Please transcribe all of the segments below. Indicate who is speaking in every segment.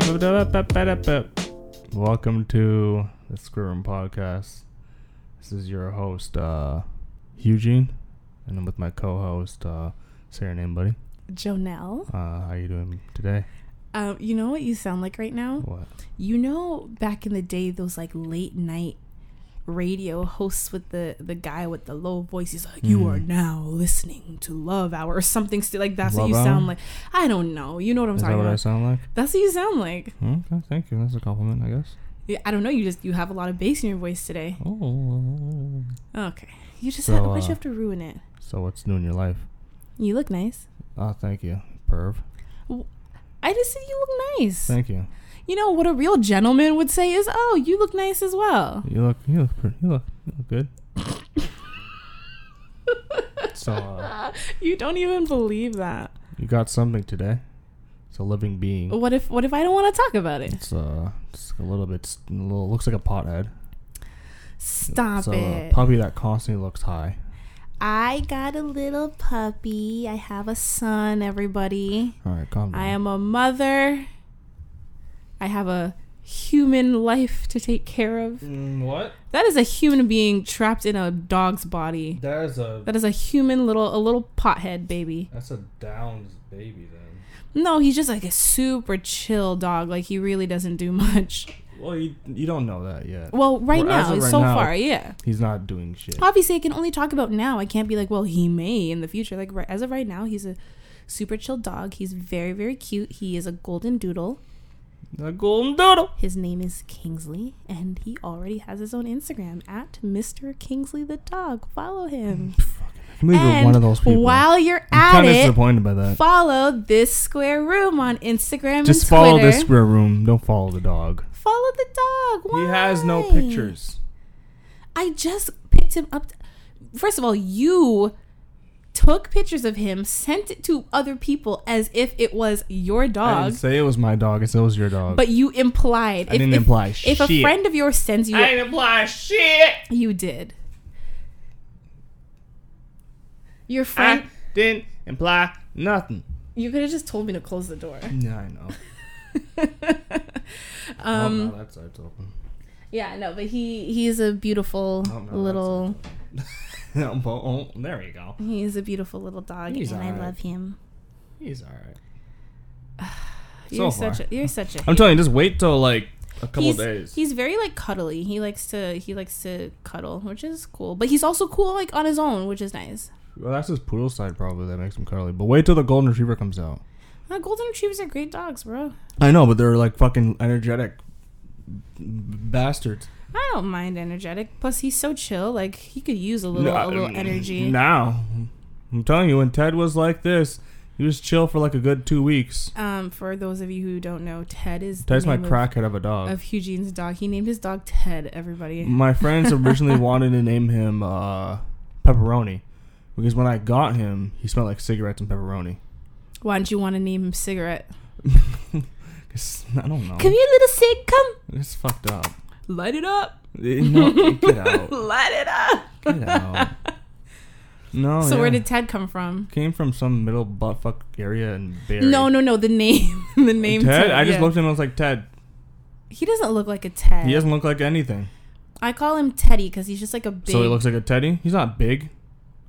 Speaker 1: Ba-da-ba-da-ba. Uh, Welcome to the Screw Room Podcast. This is your host, uh, Eugene, and I'm with my co-host, uh, say your name, buddy.
Speaker 2: Jonelle,
Speaker 1: Uh, how you doing today?
Speaker 2: um, you know what you sound like right now?
Speaker 1: What?
Speaker 2: You know, back in the day, those like late night radio hosts with the the guy with the low voice. He's like, "You are
Speaker 1: Mhm.
Speaker 2: now listening to Love Hour" or something. Still, like that's what
Speaker 1: Love
Speaker 2: you
Speaker 1: Hour?
Speaker 2: sound like. I don't know. You know what I'm
Speaker 1: Is that
Speaker 2: talking
Speaker 1: what I
Speaker 2: about?
Speaker 1: sound like? Hmm,
Speaker 2: That's what you sound like.
Speaker 1: Okay, thank you. That's a compliment, I guess.
Speaker 2: Yeah, I don't know. You just you have a lot of bass in your voice today.
Speaker 1: Oh.
Speaker 2: Okay, you just
Speaker 1: So,
Speaker 2: have, why'd
Speaker 1: uh,
Speaker 2: you have to ruin it?
Speaker 1: So what's new in your life?
Speaker 2: You look nice.
Speaker 1: Ah, thank you, perv.
Speaker 2: I just said you look nice.
Speaker 1: Thank you.
Speaker 2: you know what a real gentleman would say is, "Oh, you look nice as well."
Speaker 1: You look, you look, pretty, you look, you look good. so uh,
Speaker 2: You don't even believe that.
Speaker 1: you got something today. It's a living being.
Speaker 2: What if what if I don't want to talk about it?
Speaker 1: It's uh, it's a little bit. s- A little, looks like a pothead.
Speaker 2: Stop
Speaker 1: it's a
Speaker 2: it.
Speaker 1: puppy that constantly looks high.
Speaker 2: I got a little puppy. I have a son, everybody.
Speaker 1: All right, calm down.
Speaker 2: I am a mother. I have a human life to take care of.
Speaker 1: Mm, what?
Speaker 2: That is a human being trapped in a dog's body.
Speaker 1: That is a.
Speaker 2: That is a human little a little pothead baby.
Speaker 1: That's a Downs baby then.
Speaker 2: No, he's just like a super chill dog. Like he really doesn't do much.
Speaker 1: Well, you, you don't know that yet.
Speaker 2: Well, right
Speaker 1: Well, as
Speaker 2: now,
Speaker 1: of right
Speaker 2: so
Speaker 1: now-
Speaker 2: far, yeah.
Speaker 1: He's not doing shit.
Speaker 2: obviously i can only talk about now i can't be like well he may in the future like right, as of right now he's a super chill dog he's very very cute he is a golden doodle
Speaker 1: A golden doodle.
Speaker 2: his name is kingsley and he already has his own instagram at mr kingsley the dog follow him
Speaker 1: Maybe
Speaker 2: and
Speaker 1: one of those people.
Speaker 2: while you're
Speaker 1: I'm
Speaker 2: at
Speaker 1: kind of
Speaker 2: it
Speaker 1: disappointed by that.
Speaker 2: follow this square room on instagram
Speaker 1: Just
Speaker 2: and
Speaker 1: follow
Speaker 2: Twitter.
Speaker 1: this square room. Don't follow the dog.
Speaker 2: follow the dog Why?
Speaker 1: He has no pictures.
Speaker 2: I just picked him up. First of all, you took pictures of him, sent it to other people as if it was your
Speaker 1: I
Speaker 2: dog,
Speaker 1: didn't say it was my dog. I said it was your dog.
Speaker 2: but you implied.
Speaker 1: I didn't imply
Speaker 2: If a
Speaker 1: shit.
Speaker 2: friend of yours sends you,
Speaker 1: didn't imply shit.
Speaker 2: you did. Your friend,
Speaker 1: didn't imply nothing.
Speaker 2: you could have just told me to close the door.
Speaker 1: Yeah, I know.
Speaker 2: Um,
Speaker 1: oh, no, that side's open.
Speaker 2: Yeah, no, but he he's a beautiful
Speaker 1: Oh, no, that
Speaker 2: little
Speaker 1: side's open. Oh, oh, there you go.
Speaker 2: he's a beautiful little dog,
Speaker 1: He's
Speaker 2: and I
Speaker 1: alright.
Speaker 2: love him.
Speaker 1: He's all right.
Speaker 2: You're
Speaker 1: far.
Speaker 2: such a you're such a
Speaker 1: I'm telling you, just wait till like a couple
Speaker 2: he's,
Speaker 1: days.
Speaker 2: He's very like cuddly. He likes to he likes to cuddle, which is cool. But he's also cool like on his own, which is nice.
Speaker 1: well, that's his poodle side probably that makes him cuddly. But wait till the golden retriever comes out.
Speaker 2: Uh, golden retrievers are great dogs, bro.
Speaker 1: I know, but they're like fucking energetic bastards.
Speaker 2: I don't mind energetic. Plus, he's so chill. Like he could use a little
Speaker 1: No,
Speaker 2: a little
Speaker 1: mm,
Speaker 2: energy.
Speaker 1: Now, I'm telling you, when Ted was like this, he was chill for like a good two weeks.
Speaker 2: Um, for those of you who don't know, Ted is the
Speaker 1: Ted's my
Speaker 2: name of-
Speaker 1: crackhead of a dog. Mm.
Speaker 2: of, Eugene's dog. He named his dog Ted. Everybody.
Speaker 1: my friends originally wanted to name him uh, Pepperoni because when I got him, he smelled like cigarettes and pepperoni.
Speaker 2: Why don't you want to name him Cigarette?
Speaker 1: 'Cause- I don't know.
Speaker 2: Come here, little cig. Come.
Speaker 1: it's fucked up.
Speaker 2: Light it up.
Speaker 1: Eh, No, get out.
Speaker 2: Light it up.
Speaker 1: Get out. No.
Speaker 2: so where
Speaker 1: Oh, yeah.
Speaker 2: did Ted come from?
Speaker 1: came from some middle butt fuck area in Barrie.
Speaker 2: No, no, no. The name. the name.
Speaker 1: Ted. I just
Speaker 2: yeah.
Speaker 1: looked at him. I was like, Ted.
Speaker 2: He doesn't look like a Ted.
Speaker 1: He doesn't look like anything.
Speaker 2: I call him Teddy because he's just like a big.
Speaker 1: So he looks like a teddy. He's not big.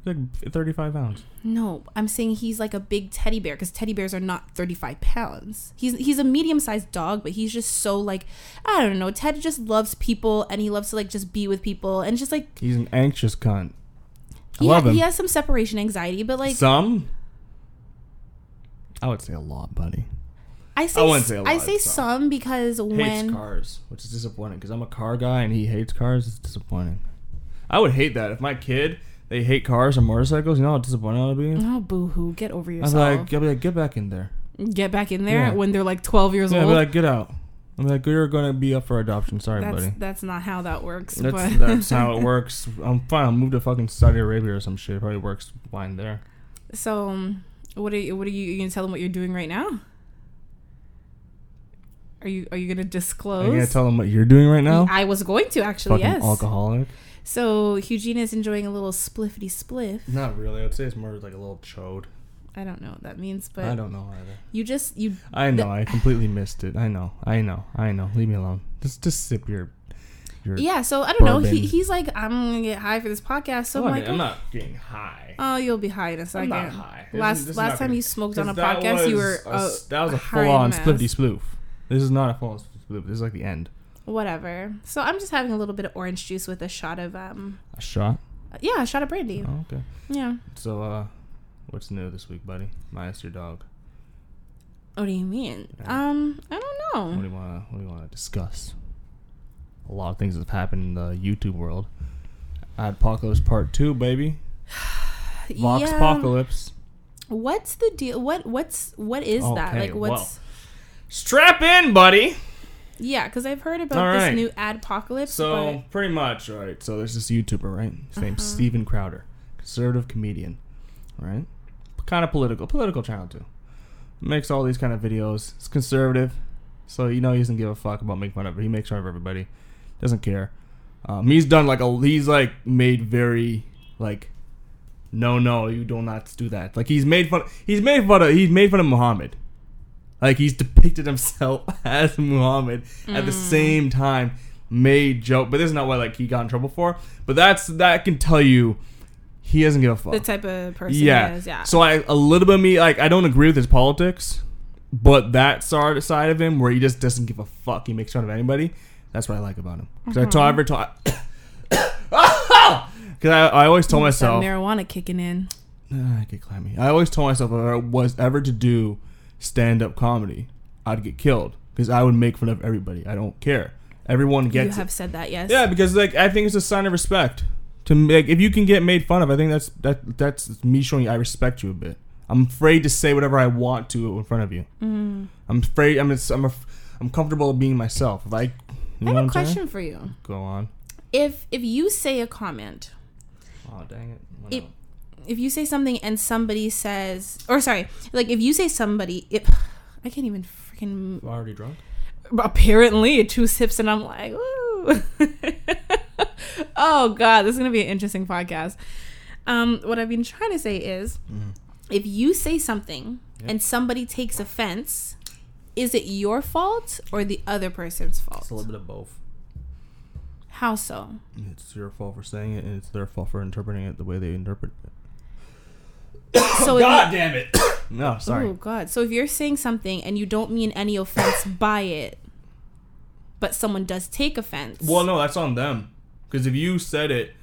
Speaker 1: He's like 35 pounds.
Speaker 2: no, I'm saying he's like a big teddy bear because teddy bears are not 35 pounds. He's he's a medium sized dog, but he's just so like I don't know. Ted just loves people and he loves to like just be with people and just like
Speaker 1: He's an anxious cunt. I
Speaker 2: he,
Speaker 1: love him.
Speaker 2: he has some separation anxiety, but like
Speaker 1: some. I would say a lot, buddy.
Speaker 2: I say
Speaker 1: I
Speaker 2: I,
Speaker 1: wouldn't say a
Speaker 2: I
Speaker 1: lot,
Speaker 2: say
Speaker 1: so.
Speaker 2: some because
Speaker 1: hates
Speaker 2: when
Speaker 1: cars, which is disappointing because I'm a car guy and he hates cars. It's disappointing. I would hate that if my kid they hate cars and motorcycles. You know how disappointed I'd be.
Speaker 2: oh boo hoo, get over
Speaker 1: I was
Speaker 2: yourself.
Speaker 1: like, I'll be like, get back in there.
Speaker 2: get back in there
Speaker 1: Yeah.
Speaker 2: when they're like 12 years
Speaker 1: Yeah, I'd be
Speaker 2: old.
Speaker 1: like, get out. I'm like, you're gonna be up for adoption. Sorry,
Speaker 2: that's
Speaker 1: buddy.
Speaker 2: that's not how that works.
Speaker 1: That's
Speaker 2: but
Speaker 1: that's how it works. I'm fine. I'll move to fucking Saudi Arabia or some shit. It probably works fine there.
Speaker 2: so um, what are you, what are you, you gonna tell them what you're doing right now? Are you are you gonna
Speaker 1: Are
Speaker 2: disclose?
Speaker 1: you gonna tell them what you're doing right now?
Speaker 2: I was going to actually
Speaker 1: Fucking
Speaker 2: Mm, yes.
Speaker 1: alcoholic.
Speaker 2: So Eugene is enjoying a little spliffity spliff.
Speaker 1: Not really. I'd say it's more like a little chode.
Speaker 2: I don't know what that means, but
Speaker 1: I don't know either.
Speaker 2: you just you
Speaker 1: I know. I completely missed it. I know. I know. I know. Leave me alone. Just just sip your your.
Speaker 2: yeah. So I don't know. He,
Speaker 1: Bourbon.
Speaker 2: he's like, I'm gonna get high for this podcast. So I'm like,
Speaker 1: I'm not getting high.
Speaker 2: oh, you'll be high in a 2nd
Speaker 1: I'm not high. This is-
Speaker 2: Last
Speaker 1: this is
Speaker 2: last
Speaker 1: not
Speaker 2: time
Speaker 1: gonna-
Speaker 2: you smoked on a
Speaker 1: 'cause that
Speaker 2: podcast, you were oh,
Speaker 1: was a
Speaker 2: a,
Speaker 1: s- that was a
Speaker 2: high
Speaker 1: full on
Speaker 2: mess.
Speaker 1: splifty sploof. This is not a full on sploof. This is like the end.
Speaker 2: Whatever. So I'm just having a little bit of orange juice with a shot of um,
Speaker 1: A shot.
Speaker 2: yeah, a shot of brandy.
Speaker 1: Oh, okay.
Speaker 2: Yeah.
Speaker 1: So uh, what's new this week, buddy? Minus your dog.
Speaker 2: What do you mean?
Speaker 1: Yeah.
Speaker 2: Um, I don't
Speaker 1: What do
Speaker 2: know.
Speaker 1: you wanna What do you wanna discuss? A lot of things have happened in the YouTube world. Adpocalypse Part Two, baby. Vox
Speaker 2: Yeah.
Speaker 1: Apocalypse.
Speaker 2: What's the deal? What what's what is
Speaker 1: Oh,
Speaker 2: that?
Speaker 1: Okay,
Speaker 2: Like what's
Speaker 1: Strap in, buddy.
Speaker 2: Yeah, because I've heard about
Speaker 1: All
Speaker 2: this
Speaker 1: right.
Speaker 2: new adpocalypse.
Speaker 1: So pretty much, all right. So there's this YouTuber, right? His name's Steven Crowder, conservative comedian, right? Kind of political, political channel too. Makes all these kind of videos. It's conservative, so you know he doesn't give a fuck about making fun of. He makes fun of everybody. Doesn't care. Um, he's done like a. He's like made very like. No, no, you do not do that. Like he's made fun. He's made fun of. He's made fun of Muhammad. Like he's depicted himself as Muhammad at the same time made joke, but this is not what like he got in trouble for. But that's that can tell you he doesn't give a fuck.
Speaker 2: but the type of person
Speaker 1: yeah.
Speaker 2: he is, yeah.
Speaker 1: So I a little bit of me like I don't agree with his politics, but that side side of him where he just doesn't give a fuck, he makes fun of anybody. That's what I like about him. Because I
Speaker 2: Mm-hmm.
Speaker 1: told ever taught. Because I, I always told
Speaker 2: It's that
Speaker 1: myself
Speaker 2: marijuana kicking in.
Speaker 1: Ah, I get clammy. I always told myself if I was ever to do stand up comedy, I'd get killed because I would make fun of everybody. I don't care. Everyone
Speaker 2: you
Speaker 1: gets
Speaker 2: have
Speaker 1: it.
Speaker 2: said that, yes.
Speaker 1: Yeah, because like I think it's a sign of respect to like if you can get made fun of. I think that's that that's me showing you I respect you a bit. I'm afraid to say whatever I want to in front of you.
Speaker 2: Mm-hmm.
Speaker 1: I'm afraid. I'm I'm af- I'm comfortable being myself. If I, you know
Speaker 2: I
Speaker 1: what
Speaker 2: have
Speaker 1: I'm
Speaker 2: a
Speaker 1: saying?
Speaker 2: question for you.
Speaker 1: Go on.
Speaker 2: If if you say a comment,
Speaker 1: Oh dang it! Went
Speaker 2: It-
Speaker 1: out.
Speaker 2: if you say something and somebody says, or sorry, like if you say somebody, if I can't even freaking.
Speaker 1: already drunk.
Speaker 2: Apparently, two sips and I'm like, ooh. oh god, this is gonna be an interesting podcast. Um, what I've been trying to say is,
Speaker 1: Mm-hmm.
Speaker 2: if you say something and somebody takes offense, is it your fault or the other person's
Speaker 1: It's a little
Speaker 2: fault?
Speaker 1: bit of both.
Speaker 2: How so?
Speaker 1: It's your fault for saying it, and it's their fault for interpreting it the way they interpret it.
Speaker 2: So if you-
Speaker 1: damn it! no, Oh, sorry.
Speaker 2: Oh God! So if you're saying something and you don't mean any offense by it, but someone does take offense.
Speaker 1: Well, no, that's on them. Because if you said it,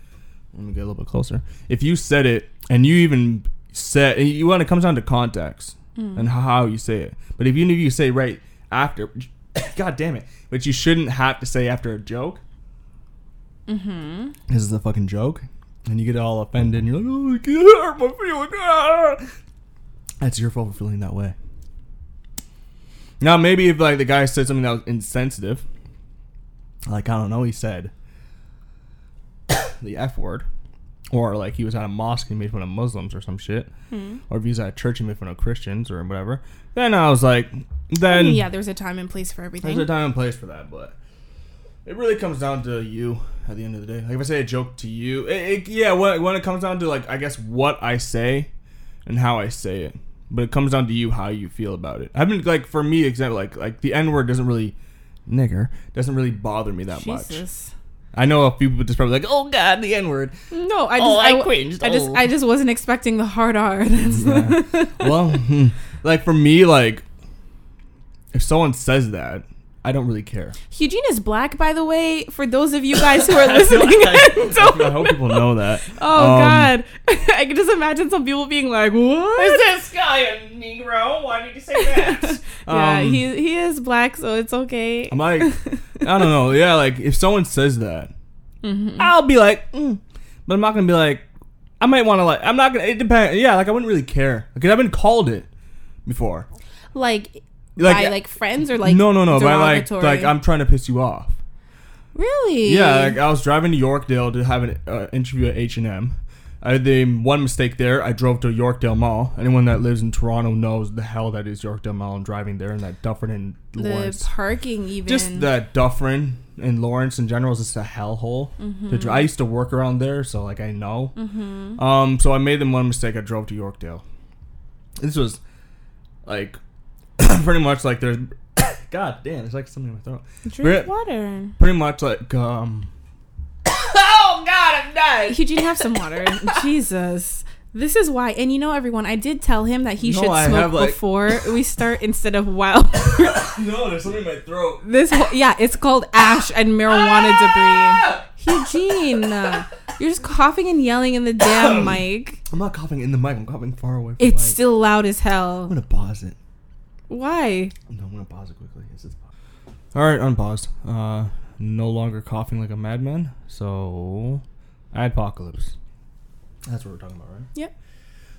Speaker 1: let me get a little bit closer. If you said it, and you even said, and you when it comes down to context and how you say it. But if you knew you say right after, god damn it! But you shouldn't have to say after a joke. Mm-hmm. This is a fucking joke, and you get all offended, and you're like, "Oh, it hurt my feelings." ah." That's your fault for feeling that way. Now, maybe if like the guy said something that was insensitive, like I don't know, he said the F word, or like he was at a mosque and he made fun of Muslims or some shit, or if he was at a church and made fun of Christians or whatever. Then I was like, then
Speaker 2: yeah, there's a time and place for everything.
Speaker 1: there's a time and place for that, but it really comes down to you at the end of the day. Like if I say a joke to you, it, it, yeah, when, when it comes down to like I guess what I say and how I say it, but it comes down to you how you feel about it. I've been like for me, example, like like the N word doesn't really nigger doesn't really bother me that much.
Speaker 2: Jesus.
Speaker 1: I know a few people just probably like, oh god, the N word.
Speaker 2: No, I just
Speaker 1: Oh, I
Speaker 2: w-
Speaker 1: cringed.
Speaker 2: I just
Speaker 1: Oh.
Speaker 2: I just wasn't expecting the hard R. That's-
Speaker 1: well, hmm. like for me, like if someone says that, I don't really care.
Speaker 2: Eugene is black, by the way. For those of you guys who are listening, and don't-
Speaker 1: I hope people know that.
Speaker 2: oh
Speaker 1: Um,
Speaker 2: God, I can just imagine some people being like, "What?"
Speaker 1: this guy a Negro? Why did you say that?
Speaker 2: yeah,
Speaker 1: Um,
Speaker 2: he he is black, so it's okay.
Speaker 1: I'm like, I don't know. Yeah, like if someone says that,
Speaker 2: Mm-hmm.
Speaker 1: I'll be like, mm. but I'm not gonna be like, I might want to like, I'm not gonna. It depends. Yeah, like I wouldn't really care because I've been called it before.
Speaker 2: like,
Speaker 1: Like-
Speaker 2: by like friends or like
Speaker 1: no, no, no. But like,
Speaker 2: derogatory?
Speaker 1: like I'm trying to piss you off.
Speaker 2: really
Speaker 1: Yeah, like I was driving to Yorkdale to have an uh, interview at H and M. I did one mistake there. I drove to Yorkdale Mall. Anyone that lives in Toronto knows the hell that is Yorkdale Mall and driving there and that Dufferin and
Speaker 2: the
Speaker 1: Lawrence.
Speaker 2: parking even
Speaker 1: just that Dufferin and Lawrence in general is just a hellhole. to dri I used to work around there, so like I know. Um, so I made the one mistake. I drove to Yorkdale, This was like pretty much like there's God damn, it's like something in my throat.
Speaker 2: Drink
Speaker 1: Brit-
Speaker 2: water.
Speaker 1: Pretty much like um
Speaker 2: Oh God, I'm done. Eugene, have some water. Jesus. This is why, and you know, everyone, I did tell him that he
Speaker 1: No,
Speaker 2: should
Speaker 1: I
Speaker 2: smoke
Speaker 1: have, like-
Speaker 2: before we start instead of while.
Speaker 1: No, there's something in my throat.
Speaker 2: this, whole, yeah, it's called ash and marijuana debris. Eugene, uh, you're just coughing and yelling in the damn mic.
Speaker 1: I'm not coughing in the mic, I'm coughing far away from
Speaker 2: It's
Speaker 1: the mic.
Speaker 2: still loud as
Speaker 1: I'm
Speaker 2: hell.
Speaker 1: gonna pause it.
Speaker 2: Why?
Speaker 1: No, I'm gonna pause it quickly. Yes, it's paused. Alright, unpaused. Uh no longer coughing like a madman. So apocalypse. That's what we're talking about, right?
Speaker 2: Yep.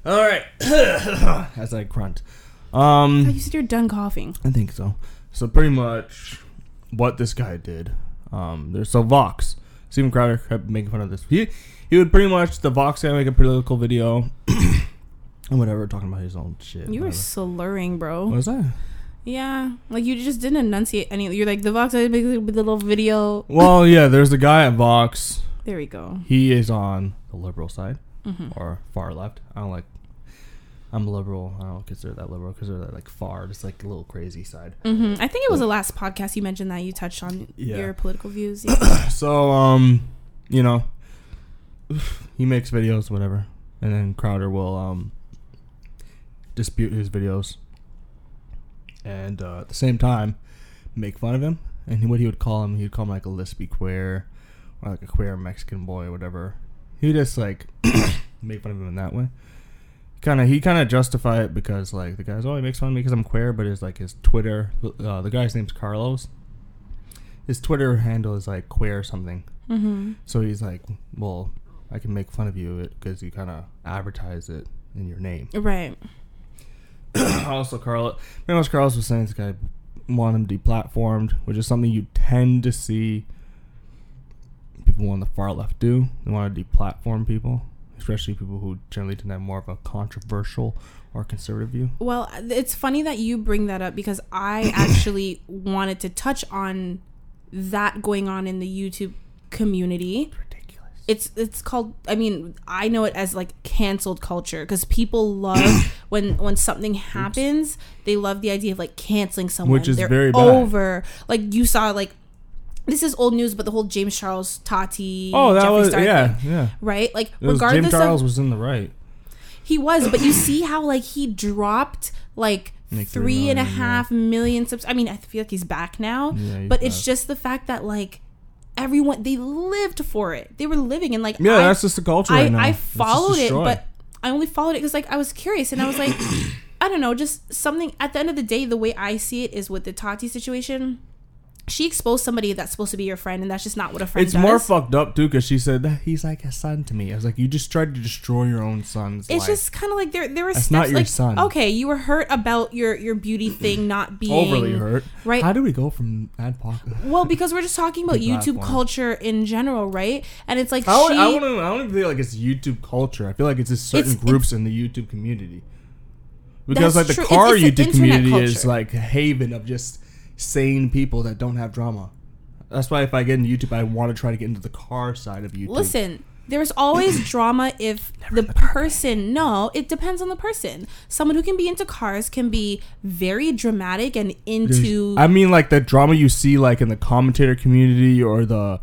Speaker 1: Alright. As I grunt. Um
Speaker 2: I thought you said you're done coughing.
Speaker 1: I think so. So pretty much what this guy did. Um, there's so Vox. Steven Crowder kept making fun of this. He he would pretty much the Vox guy make a political video and whatever talking about his own shit.
Speaker 2: You were
Speaker 1: whatever.
Speaker 2: slurring, bro.
Speaker 1: what was that?
Speaker 2: Yeah, like you just didn't enunciate any. You're like the Vox with the little video.
Speaker 1: Well, yeah, there's a guy at Vox.
Speaker 2: There we go.
Speaker 1: He is on the liberal side
Speaker 2: hmm
Speaker 1: or far left. I don't like. I'm liberal. I don't consider that liberal. Consider that like far, just like a little crazy side.
Speaker 2: hmm I think it was the last podcast you mentioned that you touched on
Speaker 1: Yeah.
Speaker 2: your political views. Yeah.
Speaker 1: So, um, you know, he makes videos, whatever, and then Crowder will um dispute his videos, and uh, at the same time, make fun of him. And what he would call him, he'd call him like a lispy queer, or like a queer Mexican boy, or whatever. He would just like make fun of him in that way. Kind of, he kind of justify it because like the guy's, oh, he makes fun of me because I'm queer, but it's like his Twitter. Uh, the guy's name's Carlos. His Twitter handle is like queer something.
Speaker 2: hmm
Speaker 1: So he's like, well, I can make fun of you because you kind of advertise it in your name.
Speaker 2: Right.
Speaker 1: also, Carl, pretty much Carlos was saying this guy want him deplatformed, which is something you tend to see people on the far left do. They want to deplatform people, especially people who generally tend to have more of a controversial or conservative view.
Speaker 2: Well, it's funny that you bring that up because I actually wanted to touch on that going on in the YouTube community.
Speaker 1: Ridiculous.
Speaker 2: it's it's called i mean i know it as like canceled culture because people love when when something happens they love the idea of like canceling someone
Speaker 1: Which is
Speaker 2: They're
Speaker 1: very bad.
Speaker 2: over like you saw like this is old news but the whole james charles tati
Speaker 1: Oh, that
Speaker 2: Jeffree
Speaker 1: was
Speaker 2: Star
Speaker 1: yeah,
Speaker 2: thing,
Speaker 1: yeah.
Speaker 2: right like
Speaker 1: It was Jim
Speaker 2: regardless
Speaker 1: Charles
Speaker 2: of
Speaker 1: was in the right.
Speaker 2: he was but you see how like he dropped like
Speaker 1: Like three
Speaker 2: three and a
Speaker 1: million, yeah.
Speaker 2: half million subs i mean i feel like he's back now
Speaker 1: Yeah, he's
Speaker 2: but it's
Speaker 1: back.
Speaker 2: just the fact that like everyone they lived for it they were living and like
Speaker 1: Yeah,
Speaker 2: I-
Speaker 1: that's just the culture
Speaker 2: I,
Speaker 1: right now.
Speaker 2: I
Speaker 1: It's just
Speaker 2: followed it,
Speaker 1: destroy.
Speaker 2: but I only followed it because like I was curious and I was like, I don't know, just something. At the end of the day, the way I see it is with the Tati situation. She exposed somebody that's supposed to be your friend, and that's just not what a friend
Speaker 1: It's
Speaker 2: does.
Speaker 1: more fucked up too because she said that he's like a son to me. I was like, you just tried to destroy your own son's
Speaker 2: it's
Speaker 1: life.
Speaker 2: just kind of like there there were
Speaker 1: That's
Speaker 2: steps
Speaker 1: not your
Speaker 2: like
Speaker 1: son.
Speaker 2: okay, you were hurt about your your beauty thing not being
Speaker 1: overly hurt,
Speaker 2: right?
Speaker 1: How do we go from ad pocket?
Speaker 2: Well, because we're just talking about
Speaker 1: The
Speaker 2: YouTube
Speaker 1: platform.
Speaker 2: culture in general, right? And it's like
Speaker 1: I don't,
Speaker 2: she,
Speaker 1: I, don't, I don't even feel like it's YouTube culture. I feel like it's just certain
Speaker 2: It's- it's-
Speaker 1: groups in the YouTube community. Because like
Speaker 2: That's
Speaker 1: the
Speaker 2: true. It's-
Speaker 1: car
Speaker 2: it's an
Speaker 1: YouTube
Speaker 2: internet
Speaker 1: community is
Speaker 2: culture.
Speaker 1: like a haven of just sane people that don't have drama. That's why if I get into YouTube, I want to try to get into the car side of YouTube.
Speaker 2: Listen, there's always drama if the person. No, it depends on the person. Someone who can be into cars can be very dramatic and into.
Speaker 1: I mean, like the drama you see, like in the commentator community or the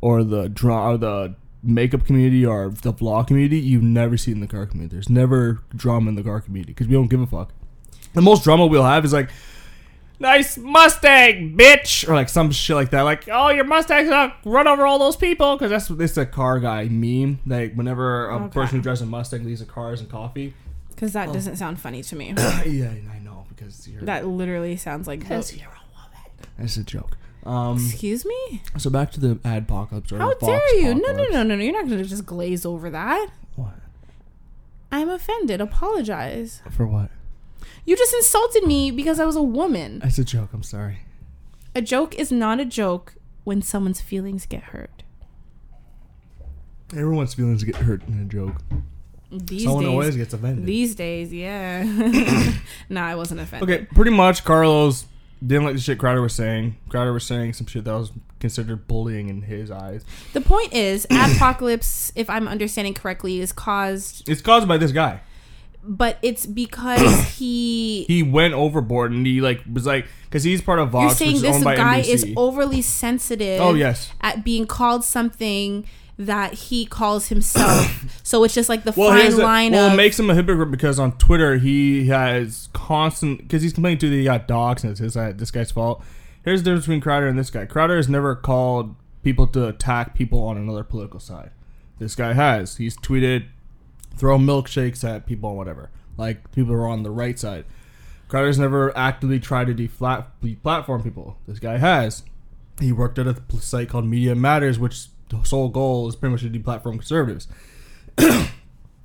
Speaker 1: or the draw or the makeup community or the vlog community, you never see in the car community. There's never drama in the car community because we don't give a fuck. The most drama we'll have is like. Nice Mustang, bitch, or like some shit like that. Like, oh, your Mustang's gonna run over all those people because that's this a car guy meme. Like, whenever a
Speaker 2: Okay.
Speaker 1: person who drives a Mustang leaves the cars and coffee.
Speaker 2: Because that doesn't sound funny to me.
Speaker 1: yeah, I know because you're
Speaker 2: that literally sounds like.
Speaker 1: because you're a woman. That's a joke. Um,
Speaker 2: Excuse me?
Speaker 1: so back to the ad apocalypse. Or
Speaker 2: How
Speaker 1: the
Speaker 2: dare you? No, no,
Speaker 1: Foxpocalypse.
Speaker 2: no, no, no. You're not going to just glaze over that.
Speaker 1: What?
Speaker 2: I'm offended. Apologize.
Speaker 1: For what?
Speaker 2: You just insulted me because I was a woman.
Speaker 1: That's a joke. I'm sorry.
Speaker 2: A joke is not a joke when someone's feelings get hurt.
Speaker 1: Everyone's feelings get hurt in a joke.
Speaker 2: These
Speaker 1: Someone
Speaker 2: days.
Speaker 1: always gets offended.
Speaker 2: These days, yeah. nah, I wasn't offended.
Speaker 1: okay, pretty much Carlos didn't like the shit Crowder was saying. Crowder was saying some shit that was considered bullying in his eyes.
Speaker 2: The point is, apocalypse, if I'm understanding correctly, is caused
Speaker 1: It's caused by this guy.
Speaker 2: but it's because he
Speaker 1: He went overboard and he like was like because he's part of Vox.
Speaker 2: you're saying
Speaker 1: which is
Speaker 2: this
Speaker 1: owned by
Speaker 2: guy
Speaker 1: NBC.
Speaker 2: is overly sensitive
Speaker 1: Oh, yes.
Speaker 2: at being called something that he calls himself so it's just like the
Speaker 1: well, here's
Speaker 2: fine
Speaker 1: the-
Speaker 2: line
Speaker 1: well,
Speaker 2: of
Speaker 1: it makes him a hypocrite because on Twitter he has constant because he's complaining too that he got doxxed and it's his uh, this guy's fault. Here's the difference between Crowder and this guy. Crowder has never called people to attack people on another political side. This guy has. He's tweeted, throw milkshakes at people or whatever. Like people who are on the right side. Crowder's never actively tried to deflat- deplatform people. This guy has. He worked at a pl- site called Media Matters, which the sole goal is pretty much to deplatform conservatives. if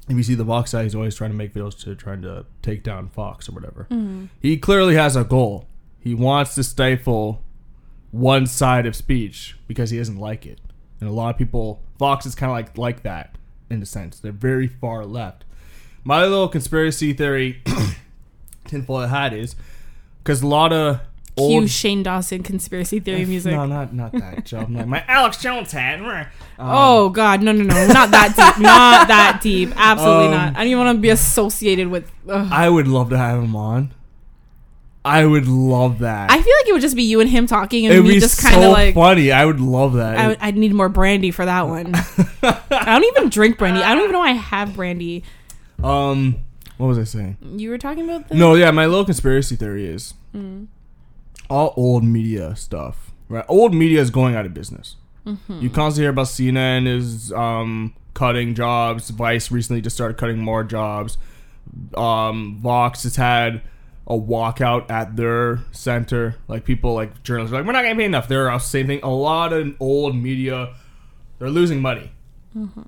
Speaker 1: you see the Vox side, he's always trying to make videos to trying to take down Fox or whatever.
Speaker 2: Mm-hmm.
Speaker 1: He clearly has a goal. He wants to stifle one side of speech because he doesn't like it. And a lot of people, Fox is kind of like like that in a sense. They're very far left. My little conspiracy theory, tinfoil hat is because a lot of
Speaker 2: cue
Speaker 1: old
Speaker 2: Shane Dawson conspiracy theory music
Speaker 1: no, not uh, not that joke. Not my Alex Jones hat.
Speaker 2: oh god no no no not that deep not that deep absolutely
Speaker 1: Um,
Speaker 2: not I don't even want to be associated with ugh.
Speaker 1: I would love to have him on. I would love that.
Speaker 2: I feel like it would just be you and him talking and
Speaker 1: It'd
Speaker 2: me
Speaker 1: be
Speaker 2: just kind of
Speaker 1: so
Speaker 2: like
Speaker 1: funny. I would love that.
Speaker 2: I would, I'd need more brandy for that one. I don't even drink brandy. I don't even know I have brandy.
Speaker 1: um, what was I saying?
Speaker 2: You were talking about the
Speaker 1: No, yeah, my little conspiracy theory is
Speaker 2: Mm.
Speaker 1: all old media stuff. Right, old media is going out of business.
Speaker 2: Mm-hmm.
Speaker 1: You constantly hear about CNN is um, cutting jobs. Vice recently just started cutting more jobs. Um, Vox has had a walkout at their center. Like people, like journalists, are like we're not getting paid enough. They're all same thing. A lot of old media, they're losing money.
Speaker 2: Mm-hmm.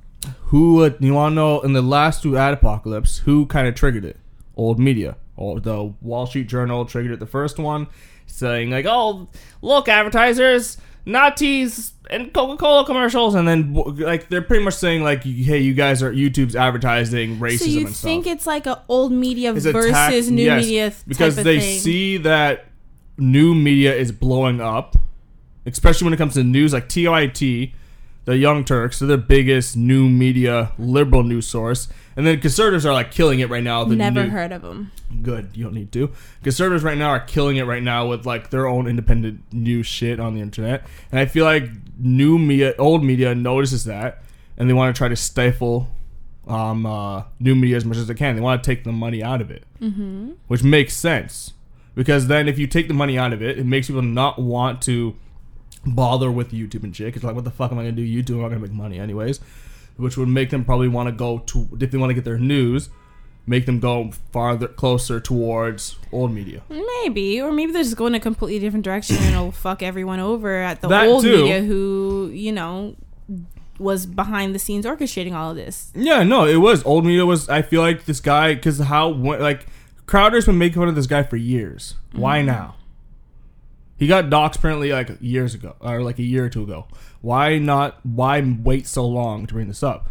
Speaker 1: Who uh, you want to know? In the last two ad apocalypse, who kind of triggered it? Old media. Or the Wall Street Journal triggered it the first one, saying like, "Oh, look, advertisers, Nazis and Coca Cola commercials," and then like they're pretty much saying like, "Hey, you guys are YouTube's advertising racism
Speaker 2: So you
Speaker 1: and stuff."
Speaker 2: think it's like an old media
Speaker 1: It's
Speaker 2: versus
Speaker 1: attack-
Speaker 2: new
Speaker 1: yes,
Speaker 2: media th-
Speaker 1: because
Speaker 2: type of
Speaker 1: they
Speaker 2: thing.
Speaker 1: see that new media is blowing up, especially when it comes to news like TIT, the Young Turks, they're the biggest new media liberal news source, and then conservatives are like killing it right now. The
Speaker 2: Never
Speaker 1: new-
Speaker 2: heard of them.
Speaker 1: Good, you don't need to. Conservatives right now are killing it right now with like their own independent news shit on the internet, and I feel like new media, old media notices that, and they want to try to stifle um, uh, new media as much as they can. They want to take the money out of it, mm-hmm. which makes sense because then if you take the money out of it, it makes people not want to bother with YouTube and shit. It's like, what the fuck am I gonna do? YouTube, I'm not gonna make money anyways, which would make them probably want to go to if they want to get their news, make them go farther closer towards old media.
Speaker 2: Maybe, or maybe they're just going a completely different direction and it'll fuck everyone over at the
Speaker 1: That
Speaker 2: old
Speaker 1: too.
Speaker 2: media who you know was behind the scenes orchestrating all of this.
Speaker 1: Yeah, no, it was old media was. I feel like this guy because how when- like Crowder's been making fun of this guy for years. Why now? He got doxxed apparently like years ago or like a year or two ago. Why not? Why wait so long to bring this up?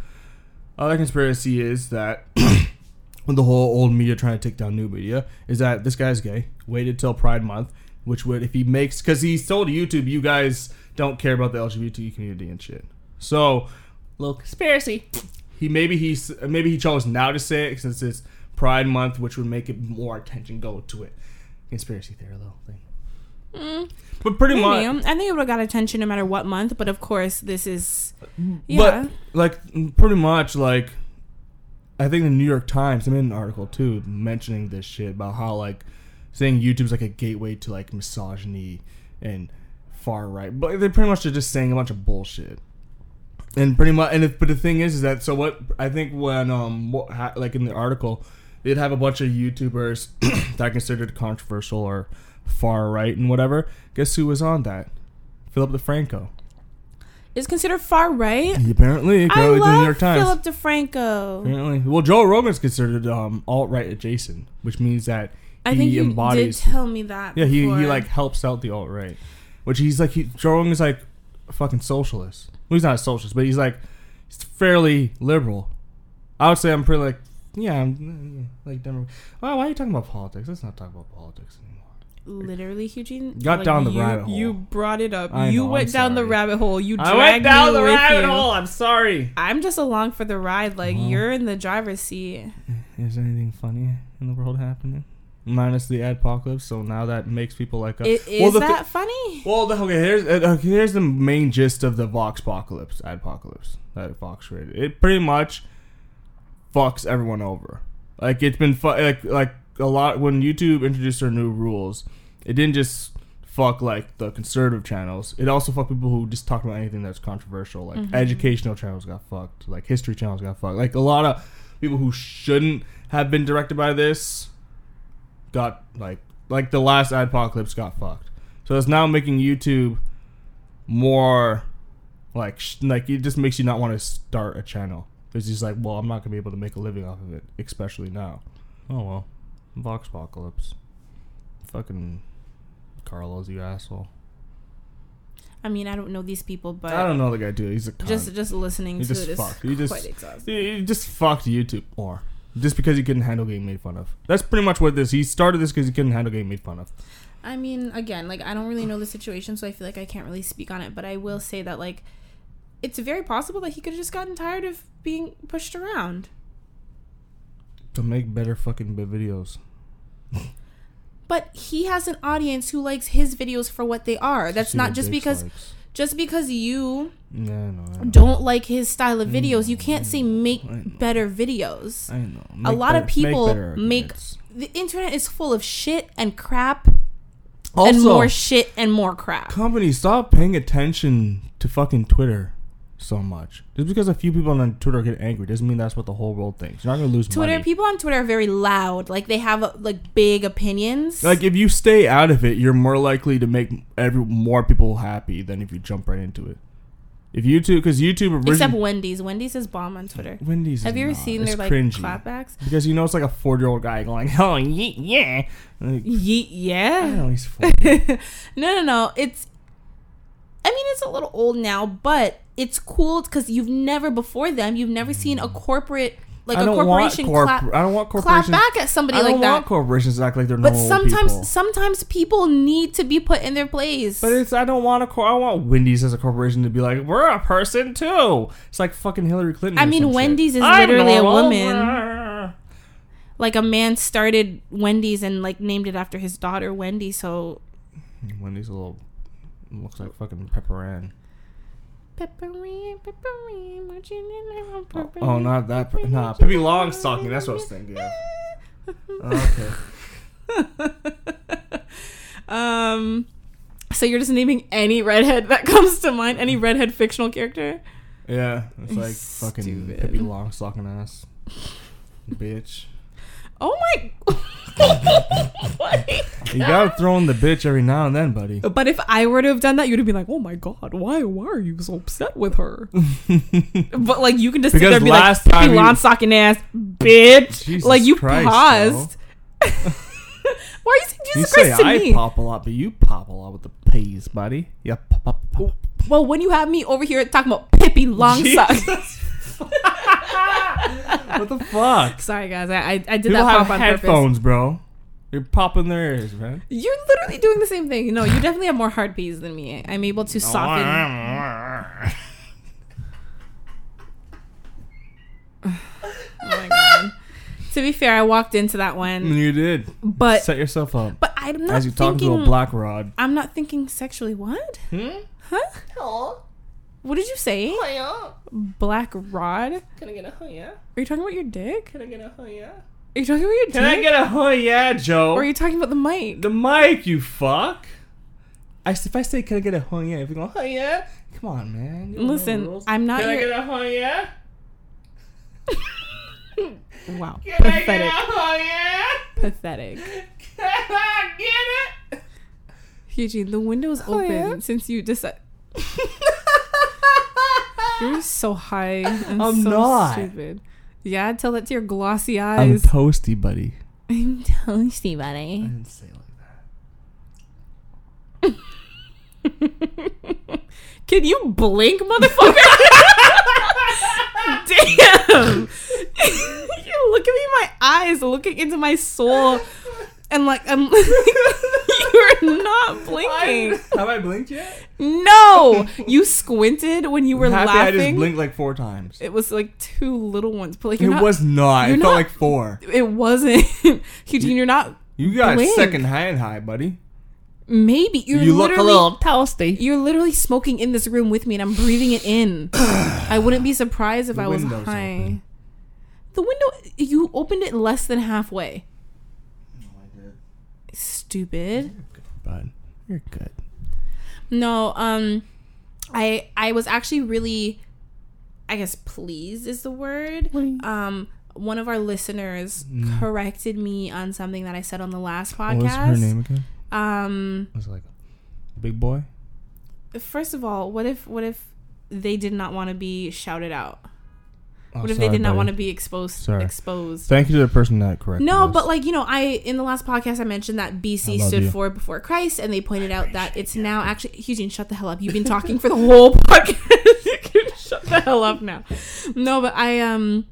Speaker 1: Other conspiracy is that with the whole old media trying to take down new media is that this guy's gay. Waited till Pride Month, which would if he makes because he's told YouTube you guys don't care about the LGBT community and shit. So little conspiracy. He maybe he's maybe he chose now to say it since it's Pride Month, which would make it more attention go to it. Conspiracy theory, little thing. But pretty
Speaker 2: Maybe.
Speaker 1: much,
Speaker 2: I think it would have got attention no matter what month, but of course this is yeah.
Speaker 1: but like pretty much like I think the New York Times, I made an article too mentioning this shit about how like saying YouTube's like a gateway to like misogyny and far right, but they pretty much are just saying a bunch of bullshit. And pretty much, and if, but the thing is, is that so what I think when um what, ha, like in the article, they'd have a bunch of YouTubers that are considered controversial or far right and whatever. Guess who was on that? Philip DeFranco.
Speaker 2: it's considered far right.
Speaker 1: Apparently,
Speaker 2: I
Speaker 1: apparently the New
Speaker 2: love
Speaker 1: York Times.
Speaker 2: Philip DeFranco.
Speaker 1: Apparently, well, Joe Rogan's considered um, alt right adjacent, which means that
Speaker 2: I
Speaker 1: he
Speaker 2: think you
Speaker 1: embodies.
Speaker 2: did tell me that.
Speaker 1: yeah, he, he
Speaker 2: before.
Speaker 1: like helps out the alt right, which he's like he, Joe Rogan's like a fucking socialist. Well, he's not a socialist, but he's like he's fairly liberal. I would say I'm pretty like yeah, I'm yeah, like Democrat. Well, why are you talking about politics? Let's not talk about politics anymore.
Speaker 2: literally Eugene
Speaker 1: Got down the
Speaker 2: you,
Speaker 1: rabbit hole.
Speaker 2: You brought it up.
Speaker 1: I
Speaker 2: you
Speaker 1: know,
Speaker 2: went
Speaker 1: I'm
Speaker 2: down the
Speaker 1: sorry.
Speaker 2: rabbit hole. You dragged
Speaker 1: I went down
Speaker 2: me
Speaker 1: the
Speaker 2: with
Speaker 1: rabbit
Speaker 2: you.
Speaker 1: hole. I'm sorry. Mm-hmm.
Speaker 2: I'm just along for the ride. Like you're in the driver's seat.
Speaker 1: Is anything funny in the world happening? Minus the apocalypse, so now that makes people like us.
Speaker 2: It, is
Speaker 1: well, the thi-
Speaker 2: that funny?
Speaker 1: well, the- okay. Here's uh, okay, here's the main gist of the Vox apocalypse. Apocalypse that Vox created. It pretty much fucks everyone over. Like it's been fu- like like a lot when YouTube introduced their new rules. It didn't just fuck like the conservative channels. It also fucked people who just talked about anything that's controversial. Like educational channels got fucked. Like history channels got fucked. Like a lot of people who shouldn't have been directed by this got like like the last apocalypse got fucked. So it's now making YouTube more like sh- like it just makes you not want to start a channel. It's just like, well, I'm not gonna be able to make a living off of it, especially now. Oh well, Vox apocalypse, fucking Carlos, you asshole.
Speaker 2: I mean, I don't know these people, but
Speaker 1: I don't know the guy dude. He's a cunt.
Speaker 2: just just listening
Speaker 1: He
Speaker 2: to
Speaker 1: just
Speaker 2: it is
Speaker 1: fucked. He just-
Speaker 2: quite exhausting.
Speaker 1: He he just fucked YouTube more. Just because he couldn't handle getting made fun of. That's pretty much what this. He started this because he couldn't handle getting made fun of.
Speaker 2: I mean, again, like I don't really know the situation, so I feel like I can't really speak on it. But I will say that like it's very possible that he could have just gotten tired of being pushed around.
Speaker 1: To make better fucking videos.
Speaker 2: But he has an audience who likes his videos for what they are. That's
Speaker 1: See
Speaker 2: not
Speaker 1: what
Speaker 2: just
Speaker 1: Diggs
Speaker 2: because
Speaker 1: likes.
Speaker 2: just because you
Speaker 1: Yeah, I know. I know.
Speaker 2: don't like his style of videos, you can't say
Speaker 1: Mm-hmm. I know.
Speaker 2: make better videos.
Speaker 1: I know.
Speaker 2: a
Speaker 1: Make
Speaker 2: lot
Speaker 1: better- make
Speaker 2: of people
Speaker 1: better
Speaker 2: make,
Speaker 1: arguments.
Speaker 2: the internet is full of shit and crap and
Speaker 1: Also-
Speaker 2: more shit and more crap.
Speaker 1: Company, stop paying attention to fucking Twitter so much. Just because a few people on Twitter get angry doesn't mean that's what the whole world thinks. You're not gonna lose
Speaker 2: Twitter
Speaker 1: money.
Speaker 2: people on Twitter are very loud. Like they have uh, like big opinions.
Speaker 1: Like if you stay out of it, you're more likely to make every more people happy than if you jump right into it. If YouTube, because YouTube originally,
Speaker 2: except Wendy's. Wendy's is bomb on Twitter.
Speaker 1: Wendy's. is
Speaker 2: Have you ever
Speaker 1: not.
Speaker 2: seen
Speaker 1: It's
Speaker 2: their like
Speaker 1: cringy.
Speaker 2: clapbacks?
Speaker 1: Because you know it's like a four year old guy going, oh ye- yeah, Like,
Speaker 2: Ye-
Speaker 1: I
Speaker 2: yeah.
Speaker 1: don't know, he's four.
Speaker 2: no, no, no. It's. I mean, it's a little old now, but it's cool because you've never before them. You've never seen a corporate like
Speaker 1: I
Speaker 2: a
Speaker 1: don't want
Speaker 2: corporation
Speaker 1: corp-
Speaker 2: clap,
Speaker 1: I don't want
Speaker 2: clap
Speaker 1: corporations.
Speaker 2: back at somebody
Speaker 1: I don't
Speaker 2: like
Speaker 1: want
Speaker 2: that.
Speaker 1: corporations to act like they're
Speaker 2: But
Speaker 1: normal
Speaker 2: sometimes,
Speaker 1: people.
Speaker 2: sometimes people need to be put in their place.
Speaker 1: But it's I don't want a cor- I want Wendy's as a corporation to be like we're a person too. It's like fucking Hillary Clinton.
Speaker 2: I
Speaker 1: or
Speaker 2: mean,
Speaker 1: some shit.
Speaker 2: Wendy's is
Speaker 1: I'm
Speaker 2: literally a
Speaker 1: normal.
Speaker 2: woman. like a man started Wendy's and like named it after his daughter Wendy. So
Speaker 1: Wendy's a little looks like fucking pepperan.
Speaker 2: pepperine, pepperine, marching in my
Speaker 1: Oh,
Speaker 2: pepperine.
Speaker 1: oh, not that. pe- Nah, Pippi Longstocking. That's what I was thinking. Of. Okay.
Speaker 2: um, so you're just naming any redhead that comes to mind, any redhead fictional character.
Speaker 1: Yeah, it's like fucking
Speaker 2: Stupid.
Speaker 1: Pippi Longstocking ass, bitch.
Speaker 2: Oh my! Oh my
Speaker 1: You gotta throw in the bitch every now and then, buddy.
Speaker 2: God. But if I were to have done that, you'd have been like, "Oh my god, why? Why are you so upset with her?" but like, you can just sit
Speaker 1: Because
Speaker 2: there and be
Speaker 1: last
Speaker 2: like,
Speaker 1: time
Speaker 2: "Pippi
Speaker 1: you-
Speaker 2: Longstocking ass, bitch!"
Speaker 1: Jesus
Speaker 2: like you
Speaker 1: Christ,
Speaker 2: paused. why are you saying Jesus
Speaker 1: you say
Speaker 2: Christ to
Speaker 1: I
Speaker 2: me?
Speaker 1: pop a lot, but you pop a lot with the peas, buddy. Yeah, pop, pop, pop.
Speaker 2: Well, when you have me over here talking about Pippi Longstocking.
Speaker 1: What the fuck?
Speaker 2: Sorry, guys. I, I, I did
Speaker 1: People
Speaker 2: that
Speaker 1: have
Speaker 2: pop on purpose.
Speaker 1: headphones, bro. You're popping their ears, man.
Speaker 2: You're literally doing the same thing. No, you definitely have more hard P's than me. I'm able to soften. Oh my god. to be fair, I walked into that one,
Speaker 1: you did.
Speaker 2: but
Speaker 1: Set yourself up.
Speaker 2: but I'm not
Speaker 1: Mm. As you talk to
Speaker 2: thinking.
Speaker 1: a black rod.
Speaker 2: I'm not thinking sexually. What?
Speaker 1: Hmm?
Speaker 2: Huh?
Speaker 3: Oh,
Speaker 2: What did you say?
Speaker 3: oh yeah.
Speaker 2: Black rod? Are
Speaker 3: Can I get a oh yeah?
Speaker 2: you talking about your dick?
Speaker 3: Can I get a oh yeah?
Speaker 2: Are you talking about your
Speaker 1: Can
Speaker 2: dick?
Speaker 1: I get a oh yeah, Joe?
Speaker 2: or are you talking about the mic?
Speaker 1: the mic, you fuck. I, s- if I say, can I get a oh yeah? If you're going, oh yeah? Come on, man. You don't know the
Speaker 2: Listen,
Speaker 1: rules.
Speaker 2: I'm not
Speaker 1: Can I
Speaker 2: your.
Speaker 1: get a oh yeah?
Speaker 2: wow.
Speaker 1: Can I get a
Speaker 2: Pathetic.
Speaker 1: oh yeah?
Speaker 2: Pathetic.
Speaker 1: Can I get it?
Speaker 2: Eugene, the window's open
Speaker 1: Oh, yeah?
Speaker 2: since you decided. You're so high and
Speaker 1: I'm
Speaker 2: so
Speaker 1: not.
Speaker 2: stupid. Yeah, tell that to your glossy
Speaker 1: I'm
Speaker 2: eyes.
Speaker 1: toasty, buddy.
Speaker 2: I'm eh? toasty, buddy.
Speaker 1: didn't say like that.
Speaker 2: Can you blink, motherfucker? Damn! you look at me in my eyes, looking into my soul, and like I'm. you were not blinking.
Speaker 1: Have I blinked yet?
Speaker 2: No, you squinted when you were
Speaker 1: I'm happy
Speaker 2: laughing.
Speaker 1: I just blinked like four times.
Speaker 2: It was like two little ones, but like
Speaker 1: it
Speaker 2: you're not,
Speaker 1: was not. It
Speaker 2: you're
Speaker 1: felt
Speaker 2: not-
Speaker 1: like four.
Speaker 2: It wasn't. Eugene, you're not.
Speaker 1: You got
Speaker 2: Blink.
Speaker 1: second hand high, buddy.
Speaker 2: Maybe you're
Speaker 1: You look a
Speaker 2: literally.
Speaker 1: little toasty.
Speaker 2: You're literally smoking in this room with me, and I'm breathing it in. I wouldn't be surprised if
Speaker 1: The
Speaker 2: I was
Speaker 1: window's
Speaker 2: high.
Speaker 1: open.
Speaker 2: The window. You opened it less than halfway. Stupid.
Speaker 1: Bud, you're good.
Speaker 2: No, um I I was actually really I guess pleased is the word.
Speaker 1: Pleased.
Speaker 2: Um one of our listeners
Speaker 1: Mm.
Speaker 2: corrected me on something that I said on the last podcast.
Speaker 1: What was her name again?
Speaker 2: Um
Speaker 1: Was it like Big Boy?
Speaker 2: first of all, what if what if they did not want to be shouted out?
Speaker 1: Oh,
Speaker 2: What if
Speaker 1: sorry,
Speaker 2: they did not
Speaker 1: buddy.
Speaker 2: want to be exposed
Speaker 1: Sorry.
Speaker 2: exposed?
Speaker 1: Thank you to the person that corrected.
Speaker 2: No,
Speaker 1: us.
Speaker 2: but like you know, I in the last podcast I mentioned that
Speaker 1: I
Speaker 2: BC
Speaker 1: love
Speaker 2: stood
Speaker 1: you.
Speaker 2: for before Christ, and they pointed out that it's now actually Eugene. Shut the hell up! You've been talking for the whole podcast. you can shut the hell up now. No, but I um,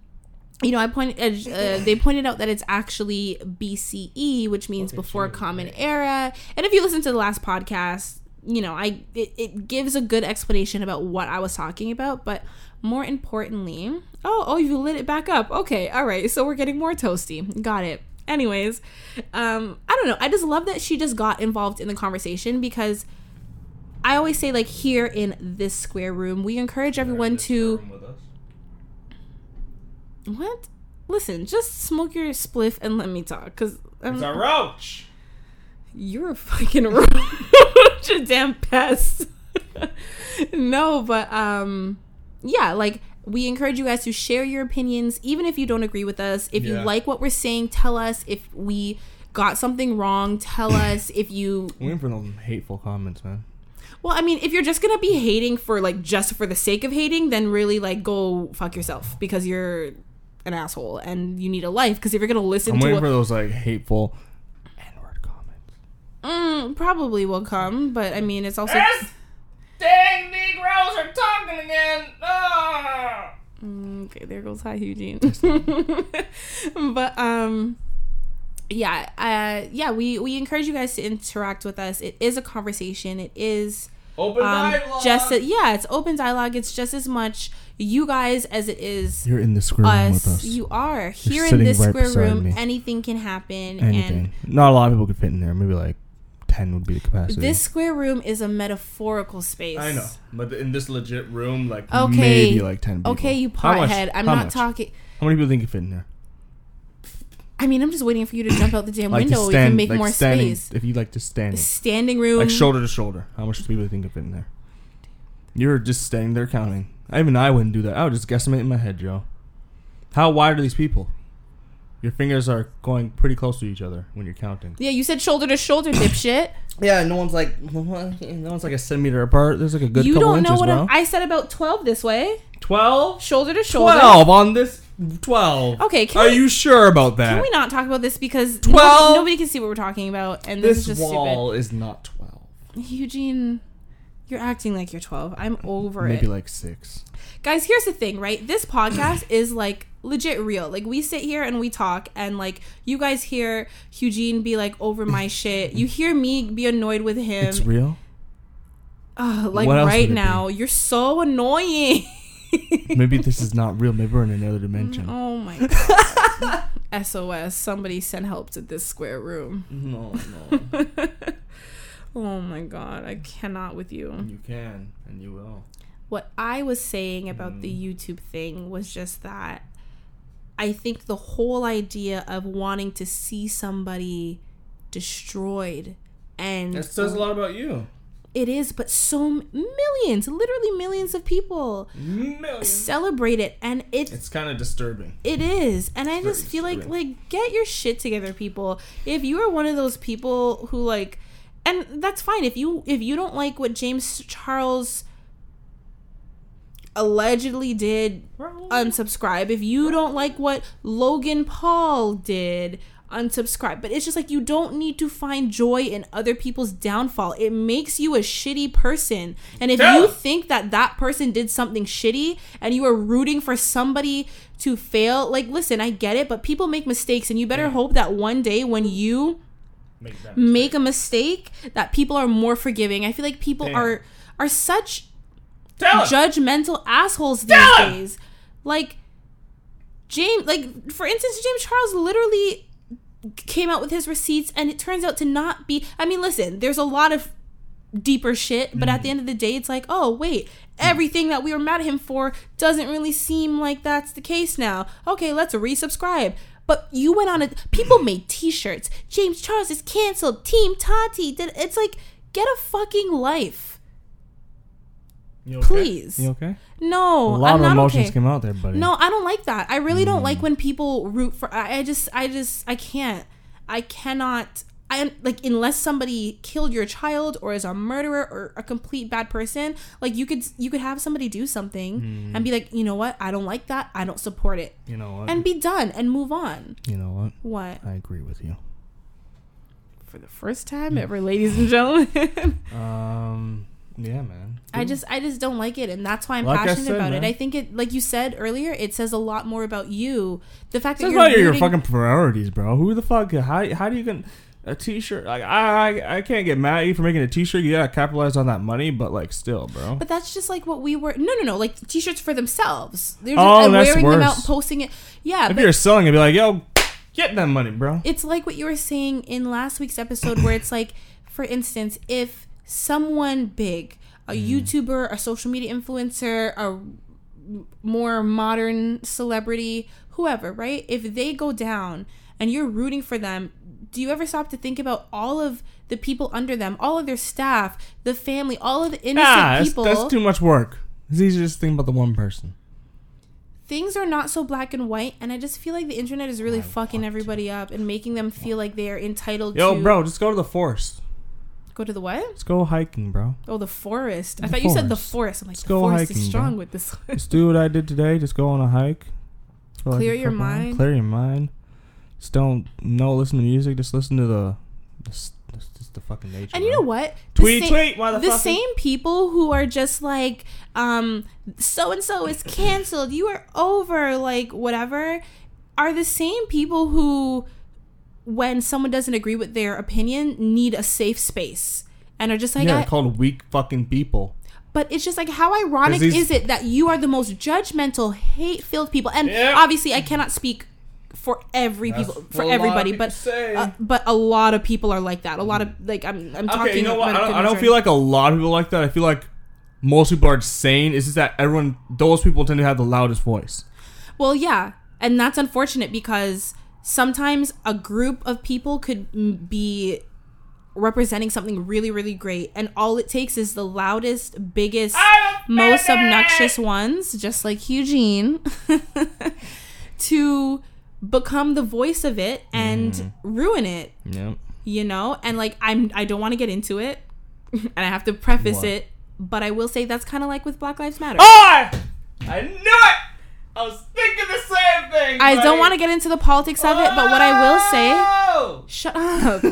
Speaker 2: you know, I pointed uh, uh, they pointed out that it's actually BCE, which means before Common Era. And if you listen to the last podcast. You know, I it, it gives a good explanation about what I was talking about, but more importantly, oh, oh, you lit it back up. Okay, all right. So we're getting more toasty. Got it. Anyways, um, I don't know. I just love that she just got involved in the conversation because I always say like here in this square room, we encourage everyone to what? Listen, just smoke your spliff and let me talk because
Speaker 1: It's a roach.
Speaker 2: you're a fucking roach, a damn pest. no, but um, yeah, like we encourage you guys to share your opinions, even if you don't agree with us. If
Speaker 1: Yeah.
Speaker 2: you like what we're saying, tell us. If we got something wrong, tell us. If you,
Speaker 1: Waiting for those hateful comments, man.
Speaker 2: well, I mean, if you're just gonna be hating for like just for the sake of hating, then really like go fuck yourself because you're an asshole and you need a life. Because if you're gonna listen
Speaker 1: I'm
Speaker 2: to
Speaker 1: waiting
Speaker 2: a,
Speaker 1: for those like hateful N-word comments.
Speaker 2: Mm, probably will come, but I mean, it's also.
Speaker 1: dang Negroes are talking again. Ah!
Speaker 2: Mm, Okay, there goes hi Eugene. but um yeah, uh yeah, we we encourage you guys to interact with us. It is a conversation. It is
Speaker 1: Open
Speaker 2: um just a- yeah, it's open dialogue. It's just as much you guys as it is
Speaker 1: You're in the square room with
Speaker 2: us.
Speaker 1: us.
Speaker 2: You are here in
Speaker 1: sitting
Speaker 2: this
Speaker 1: right
Speaker 2: square
Speaker 1: beside
Speaker 2: room.
Speaker 1: me.
Speaker 2: Anything can happen and
Speaker 1: Anything. Not a lot of people could fit in there. Maybe like ten would be the capacity.
Speaker 2: this square room is a metaphorical space.
Speaker 1: I know, but in this legit room, like
Speaker 2: Okay.
Speaker 1: maybe like ten. People.
Speaker 2: Okay, you
Speaker 1: How much?
Speaker 2: pothead. I'm
Speaker 1: How
Speaker 2: not
Speaker 1: much?
Speaker 2: talking.
Speaker 1: How many people think you fit in there?
Speaker 2: I mean, I'm just waiting for you to jump out the damn
Speaker 1: Like
Speaker 2: window.
Speaker 1: to
Speaker 2: we can
Speaker 1: stand,
Speaker 2: make
Speaker 1: like
Speaker 2: more
Speaker 1: standing,
Speaker 2: space.
Speaker 1: If you like just standing,
Speaker 2: Standing room.
Speaker 1: like shoulder to shoulder, how much people think you fit in there? You're just standing there counting. Even I wouldn't do that. I would just guesstimate in my head, Joe. How wide are these people? Your fingers are going pretty close to each other when you're counting.
Speaker 2: Yeah, you said shoulder to shoulder, dipshit.
Speaker 1: Yeah, no one's like no one's like a centimeter apart. There's like a good
Speaker 2: you
Speaker 1: couple
Speaker 2: don't know
Speaker 1: inches.
Speaker 2: what
Speaker 1: bro.
Speaker 2: I'm, I said about twelve this way,
Speaker 1: Twelve.
Speaker 2: shoulder to shoulder.
Speaker 1: Twelve on this twelve.
Speaker 2: Okay, can
Speaker 1: Are
Speaker 2: we-
Speaker 1: you sure about that?
Speaker 2: Can we not talk about this because
Speaker 1: 12?
Speaker 2: nobody, nobody can see what we're talking about, and
Speaker 1: this
Speaker 2: this, is just
Speaker 1: wall is not 12
Speaker 2: stupid. Eugene, you're acting like you're twelve. I'm over
Speaker 1: maybe
Speaker 2: it,
Speaker 1: like six
Speaker 2: guys. Here's the thing, right? This podcast is like legit real. Like we sit here and we talk, and like you guys hear Eugene be like over my shit. You hear me be annoyed with him.
Speaker 1: it's real
Speaker 2: Ugh, like
Speaker 1: What else would it
Speaker 2: right
Speaker 1: be?
Speaker 2: now, you're so annoying.
Speaker 1: maybe this is not real maybe we're in another dimension
Speaker 2: Oh my god. SOS, somebody send help to this square room.
Speaker 1: no no
Speaker 2: Oh my god, I cannot with you.
Speaker 1: you can and you will
Speaker 2: What I was saying about the
Speaker 1: Mm.
Speaker 2: YouTube thing was just that I think the whole idea of wanting to see somebody destroyed and
Speaker 1: that says a lot about you
Speaker 2: it is but so m- millions literally millions of people
Speaker 1: Millions.
Speaker 2: celebrate it and it's
Speaker 1: it's kind of disturbing
Speaker 2: It is, and I just
Speaker 1: very
Speaker 2: feel like
Speaker 1: disturbing.
Speaker 2: like get your shit together, people. If you are one of those people who like, and that's fine. If you if you don't like what James Charles allegedly did, unsubscribe. If you don't like what Logan Paul did, unsubscribe. But it's just like you don't need to find joy in other people's downfall. It makes you a shitty person. And if
Speaker 1: Tell
Speaker 2: you
Speaker 1: us.
Speaker 2: think that that person did something shitty and you are rooting for somebody to fail, like listen, I get it, but people make mistakes and you better hope that one day when you
Speaker 3: make that
Speaker 2: make a mistake that people are more forgiving. I feel like people
Speaker 1: Damn.
Speaker 2: are are such
Speaker 3: Tell him!
Speaker 2: judgmental assholes these
Speaker 3: Tell him!
Speaker 2: days. Like James, like for instance, James Charles literally came out with his receipts, and it turns out to not be. I mean, listen, there's a lot of deeper shit, but at the end of the day, it's like, oh wait, everything that we were mad at him for doesn't really seem like that's the case now. Okay, let's resubscribe. But you went on a. People made T-shirts. James Charles is canceled. Team Tati. Did it's like get a fucking life,
Speaker 3: You okay?
Speaker 2: please.
Speaker 1: You okay? a
Speaker 2: No,
Speaker 1: lot
Speaker 2: I'm
Speaker 1: of
Speaker 2: not
Speaker 1: emotions Mm.
Speaker 2: okay.
Speaker 1: came out there, buddy.
Speaker 2: No, I don't like that. I really don't like when people root for. I, I just, I just, I can't. I cannot. I like unless somebody killed your child or is a murderer or a complete bad person. Like you could, you could have somebody do something and
Speaker 1: Mm.
Speaker 2: be like, you know what? I don't like that. I don't support it,
Speaker 1: You know what?
Speaker 2: and be done and move on.
Speaker 1: you know what?
Speaker 2: What?
Speaker 1: I agree with you.
Speaker 2: For the first time
Speaker 1: Mm.
Speaker 2: ever, ladies and gentlemen.
Speaker 1: Um. Yeah, man.
Speaker 2: I just I just don't like it, and that's why I'm
Speaker 1: Like I
Speaker 2: passionate
Speaker 1: said,
Speaker 2: about
Speaker 1: man.
Speaker 2: it. I think it, like you said earlier, it says a lot more about you. The fact
Speaker 1: That's
Speaker 2: that you're
Speaker 1: not your, your
Speaker 2: rooting-
Speaker 1: fucking priorities, bro. Who the fuck? How how do you can a t-shirt? Like I I, I can't get mad at you for making a t-shirt. You gotta capitalize on that money, but like still, bro.
Speaker 2: But that's just like what we were. No, no, no. Like t-shirts for themselves. They're just
Speaker 1: Oh,
Speaker 2: uh,
Speaker 1: that's
Speaker 2: wearing them out,
Speaker 1: worse.
Speaker 2: and posting it. Yeah,
Speaker 1: if
Speaker 2: but
Speaker 1: you're selling, it'd be like, yo, get that money, bro.
Speaker 2: it's like what you were saying in last week's episode, where it's like, for instance, if someone big, a
Speaker 1: Mm.
Speaker 2: YouTuber, a social media influencer, a more modern celebrity, whoever, right? If they go down and you're rooting for them, do you ever stop to think about all of the people under them, all of their staff, the family, all of the innocent
Speaker 1: Ah, that's,
Speaker 2: people?
Speaker 1: that's too much work. It's easier just to think about the one person.
Speaker 2: things are not so black and white and i just feel like the internet is really fucking everybody up and making them feel like they are entitled
Speaker 1: Yo,
Speaker 2: to
Speaker 1: bro, just go to the forest.
Speaker 2: go to the what
Speaker 1: Let's go hiking, bro.
Speaker 2: oh the forest
Speaker 1: The
Speaker 2: i thought you said the forest i'm like
Speaker 1: Let's
Speaker 2: the
Speaker 1: go
Speaker 2: forest
Speaker 1: hiking,
Speaker 2: is strong
Speaker 1: bro.
Speaker 2: with this one.
Speaker 1: Just do what I did today. Just go on a hike. For
Speaker 2: Clear
Speaker 1: a
Speaker 2: your
Speaker 1: couple hours.
Speaker 2: mind.
Speaker 1: Clear your mind. Just don't no listen to music. Just listen to the the, s- the, s- just the fucking nature.
Speaker 2: and you know
Speaker 1: bro.
Speaker 2: what The
Speaker 1: Tweet,
Speaker 2: sa-
Speaker 1: tweet, motherfucker.
Speaker 2: the same people who are just like um so and so is canceled you are over like whatever are the same people who when someone doesn't agree with their opinion need a safe space and are just like
Speaker 1: yeah,
Speaker 2: I,
Speaker 1: called weak fucking people.
Speaker 2: But it's just like, how ironic
Speaker 1: 'Cause these-
Speaker 2: is it that you are the most judgmental, hate filled people? And
Speaker 1: Yeah.
Speaker 2: obviously, I cannot speak for every
Speaker 1: That's
Speaker 2: people,
Speaker 1: what a
Speaker 2: for
Speaker 1: lot of
Speaker 2: everybody,
Speaker 1: people
Speaker 2: but
Speaker 1: say.
Speaker 2: uh, but a lot of people are like that. A lot of like, I'm I'm talking.
Speaker 1: Okay, you know what? I
Speaker 2: about a
Speaker 1: don't,
Speaker 2: good
Speaker 1: I don't
Speaker 2: majority.
Speaker 1: feel like a lot of people like that. I feel like most people are sane. It's just that everyone, those people tend to have the loudest voice.
Speaker 2: Well, yeah, and that's unfortunate because sometimes a group of people could m- be representing something really, really great, and all it takes is the loudest, biggest, most obnoxious ones, just like Eugene, to become the voice of it and ruin it.
Speaker 1: Yep.
Speaker 2: You know, and like I'm, I don't want to get into it, and I have to preface
Speaker 1: What?
Speaker 2: it, but I will say that's kind of like with Black Lives Matter.
Speaker 1: Oh,
Speaker 3: I, I knew it! I was thinking the same thing!
Speaker 2: I don't want to get into the politics of it, but what I will say
Speaker 1: Oh,
Speaker 3: will
Speaker 2: Shut up.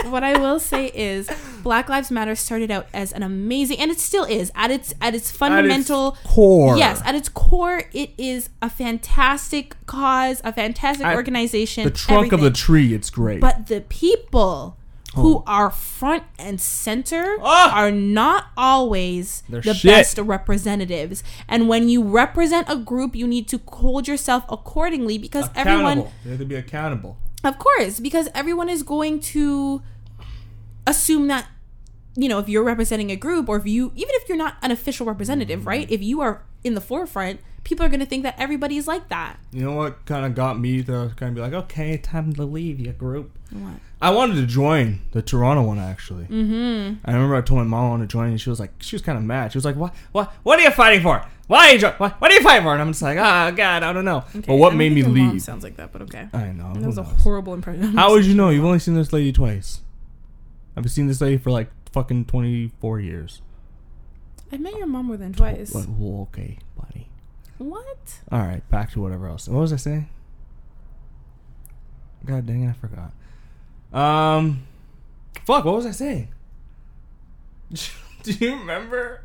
Speaker 2: what I will say is Black Lives Matter started out as an amazing and it still is at its at its fundamental
Speaker 1: core.
Speaker 2: Yes, at its core it is a fantastic cause, a fantastic
Speaker 1: At
Speaker 2: organization.
Speaker 1: The trunk of the
Speaker 2: everything.
Speaker 1: tree. It's great.
Speaker 2: But the people who
Speaker 1: Oh.
Speaker 2: are front and center
Speaker 1: Ah!
Speaker 2: are not always
Speaker 1: They're
Speaker 2: the
Speaker 1: shit.
Speaker 2: best representatives. And when you represent a group, you need to hold yourself accordingly because everyone
Speaker 1: accountable. They have to be accountable.
Speaker 2: of course, because everyone is going to assume that you know if you're representing a group or if you even if you're not an official representative,
Speaker 1: Mm-hmm.
Speaker 2: right? If you are in the forefront, people are going to think that everybody's like that.
Speaker 1: You know what kind of got me to kind of be like, okay, time to leave your group. I wanted to join the Toronto one actually. Mm-hmm. I remember I told my mom I wanted to join, and she was like, she was kind of mad. She was like, what, what, what are you fighting for? Why are you, jo- what, what are you fighting for? And I'm just like, oh god, I don't know. but what made me leave?
Speaker 2: sounds like that, but okay.
Speaker 1: I know. who
Speaker 2: That was a
Speaker 1: knows?
Speaker 2: horrible impression.
Speaker 1: How would you know? You've only seen this lady twice. I've seen this lady for like fucking 24 years.
Speaker 2: I met your mom more than twice.
Speaker 1: Like, well, okay, buddy.
Speaker 2: What?
Speaker 1: All right, back to whatever else. What was I saying? God dang it, I forgot. Um, fuck, what was I saying? Do you remember?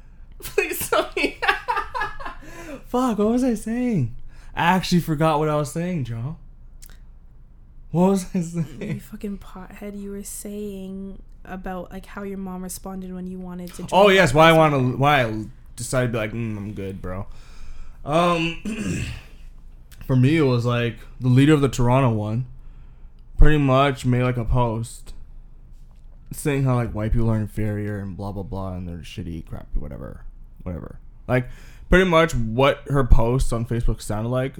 Speaker 1: Please tell me. fuck, what was I saying? I actually forgot what I was saying, Joe. What was I
Speaker 2: You
Speaker 1: saying?
Speaker 2: fucking pothead, you were saying about like how your mom responded when you wanted to. Drink.
Speaker 1: Oh yes, why I want to? Why I decided to be like, mm, I'm good, bro. Um, for me, it was like the leader of the Toronto one, pretty much made like a post saying how like white people are inferior and blah blah blah and they're shitty, crappy, whatever, whatever. Like pretty much what her posts on Facebook sounded like.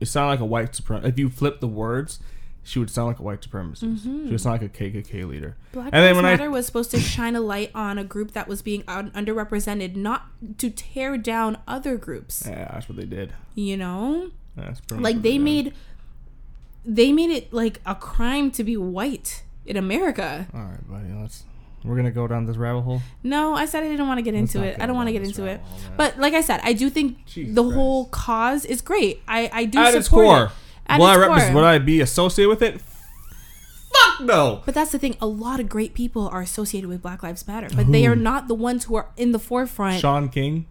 Speaker 1: It sounded like a white supremacist. If you flip the words, she would sound like a white supremacist.
Speaker 2: Mm-hmm.
Speaker 1: She would sound like a KKK leader.
Speaker 2: Black
Speaker 1: and then
Speaker 2: Lives
Speaker 1: when I
Speaker 2: Matter was supposed to shine a light on a group that was being un- underrepresented, not to tear down other groups.
Speaker 1: yeah, that's what they did.
Speaker 2: You know,
Speaker 1: That's pretty much
Speaker 2: like
Speaker 1: what
Speaker 2: they
Speaker 1: did.
Speaker 2: made they made it like a crime to be white in America.
Speaker 1: All right, buddy. Let's. We're gonna go down this rabbit hole.
Speaker 2: No, I said I didn't want to get
Speaker 1: Let's
Speaker 2: into
Speaker 1: not
Speaker 2: it.
Speaker 1: go
Speaker 2: I don't want to
Speaker 1: down
Speaker 2: get
Speaker 1: this
Speaker 2: into
Speaker 1: rabbit
Speaker 2: it.
Speaker 1: hole, man.
Speaker 2: But like I said, I do think
Speaker 1: Jesus
Speaker 2: the
Speaker 1: Christ.
Speaker 2: whole cause is great. I I do
Speaker 1: At its
Speaker 2: support
Speaker 1: core,
Speaker 2: it. At
Speaker 1: will I
Speaker 2: its
Speaker 1: represent?
Speaker 2: core.
Speaker 1: Would I be associated with it? Fuck no.
Speaker 2: But that's the thing. A lot of great people are associated with Black Lives Matter, but they are not the ones who are in the forefront.
Speaker 1: Sean King.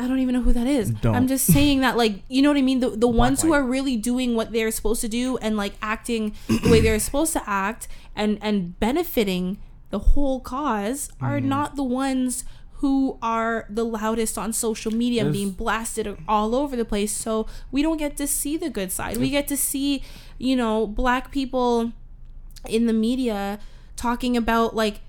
Speaker 2: I don't even know who that is.
Speaker 1: Don't.
Speaker 2: I'm just saying that, like, you know what I mean? The, the ones who
Speaker 1: white.
Speaker 2: are really doing what they're supposed to do and, like, acting the way they're supposed to act and, and benefiting the whole cause are
Speaker 1: Mm-hmm.
Speaker 2: not the ones who are the loudest on social media and
Speaker 1: There's-
Speaker 2: being blasted all over the place. So we don't get to see the good side. We get to see, you know, black people in the media talking about, like,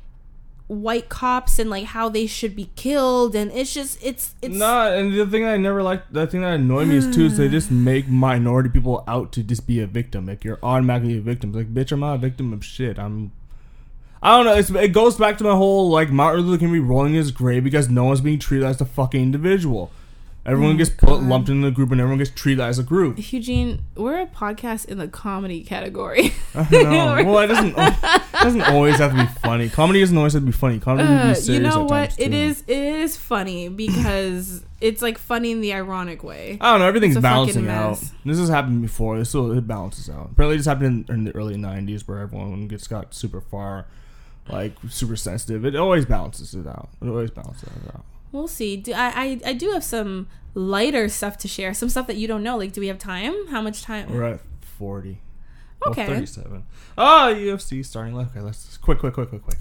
Speaker 2: white cops and like how they should be killed and it's just it's it's
Speaker 1: Nah, and the thing I never liked, the thing that annoyed me is too, is they just make minority people out to just be a victim. Like you're automatically a victim. It's like, bitch, I'm not a victim of shit. I'm. I don't know. It's, it goes back to my whole like Martin Luther King be rolling in his grave because no one's being treated as the fucking individual.
Speaker 2: Oh
Speaker 1: Everyone gets put lumped into the group, and everyone gets treated as a group.
Speaker 2: Eugene, we're a podcast in the comedy category.
Speaker 1: No, well, it doesn't. It doesn't always have to be funny. Comedy doesn't always have to be funny. Comedy can
Speaker 2: Uh,
Speaker 1: be serious.
Speaker 2: you know
Speaker 1: at
Speaker 2: what?
Speaker 1: times,
Speaker 2: It
Speaker 1: too.
Speaker 2: is it is funny because it's like funny in the ironic way.
Speaker 1: I don't know. Everything's
Speaker 2: It's a fucking
Speaker 1: balancing out.
Speaker 2: mess.
Speaker 1: This has happened before. This still it balances out. Apparently, this happened in, in the early '90s where everyone gets got super far, like super sensitive. It always balances it out. It always balances it out.
Speaker 2: We'll see. Do, I, I I do have some lighter stuff to share. Some stuff that you don't know. Like, do we have time? How much time?
Speaker 1: We're at forty.
Speaker 2: Okay.
Speaker 1: Well, Thirty-seven. Oh, UFC starting left. Okay, let's quick, quick, quick, quick, quick.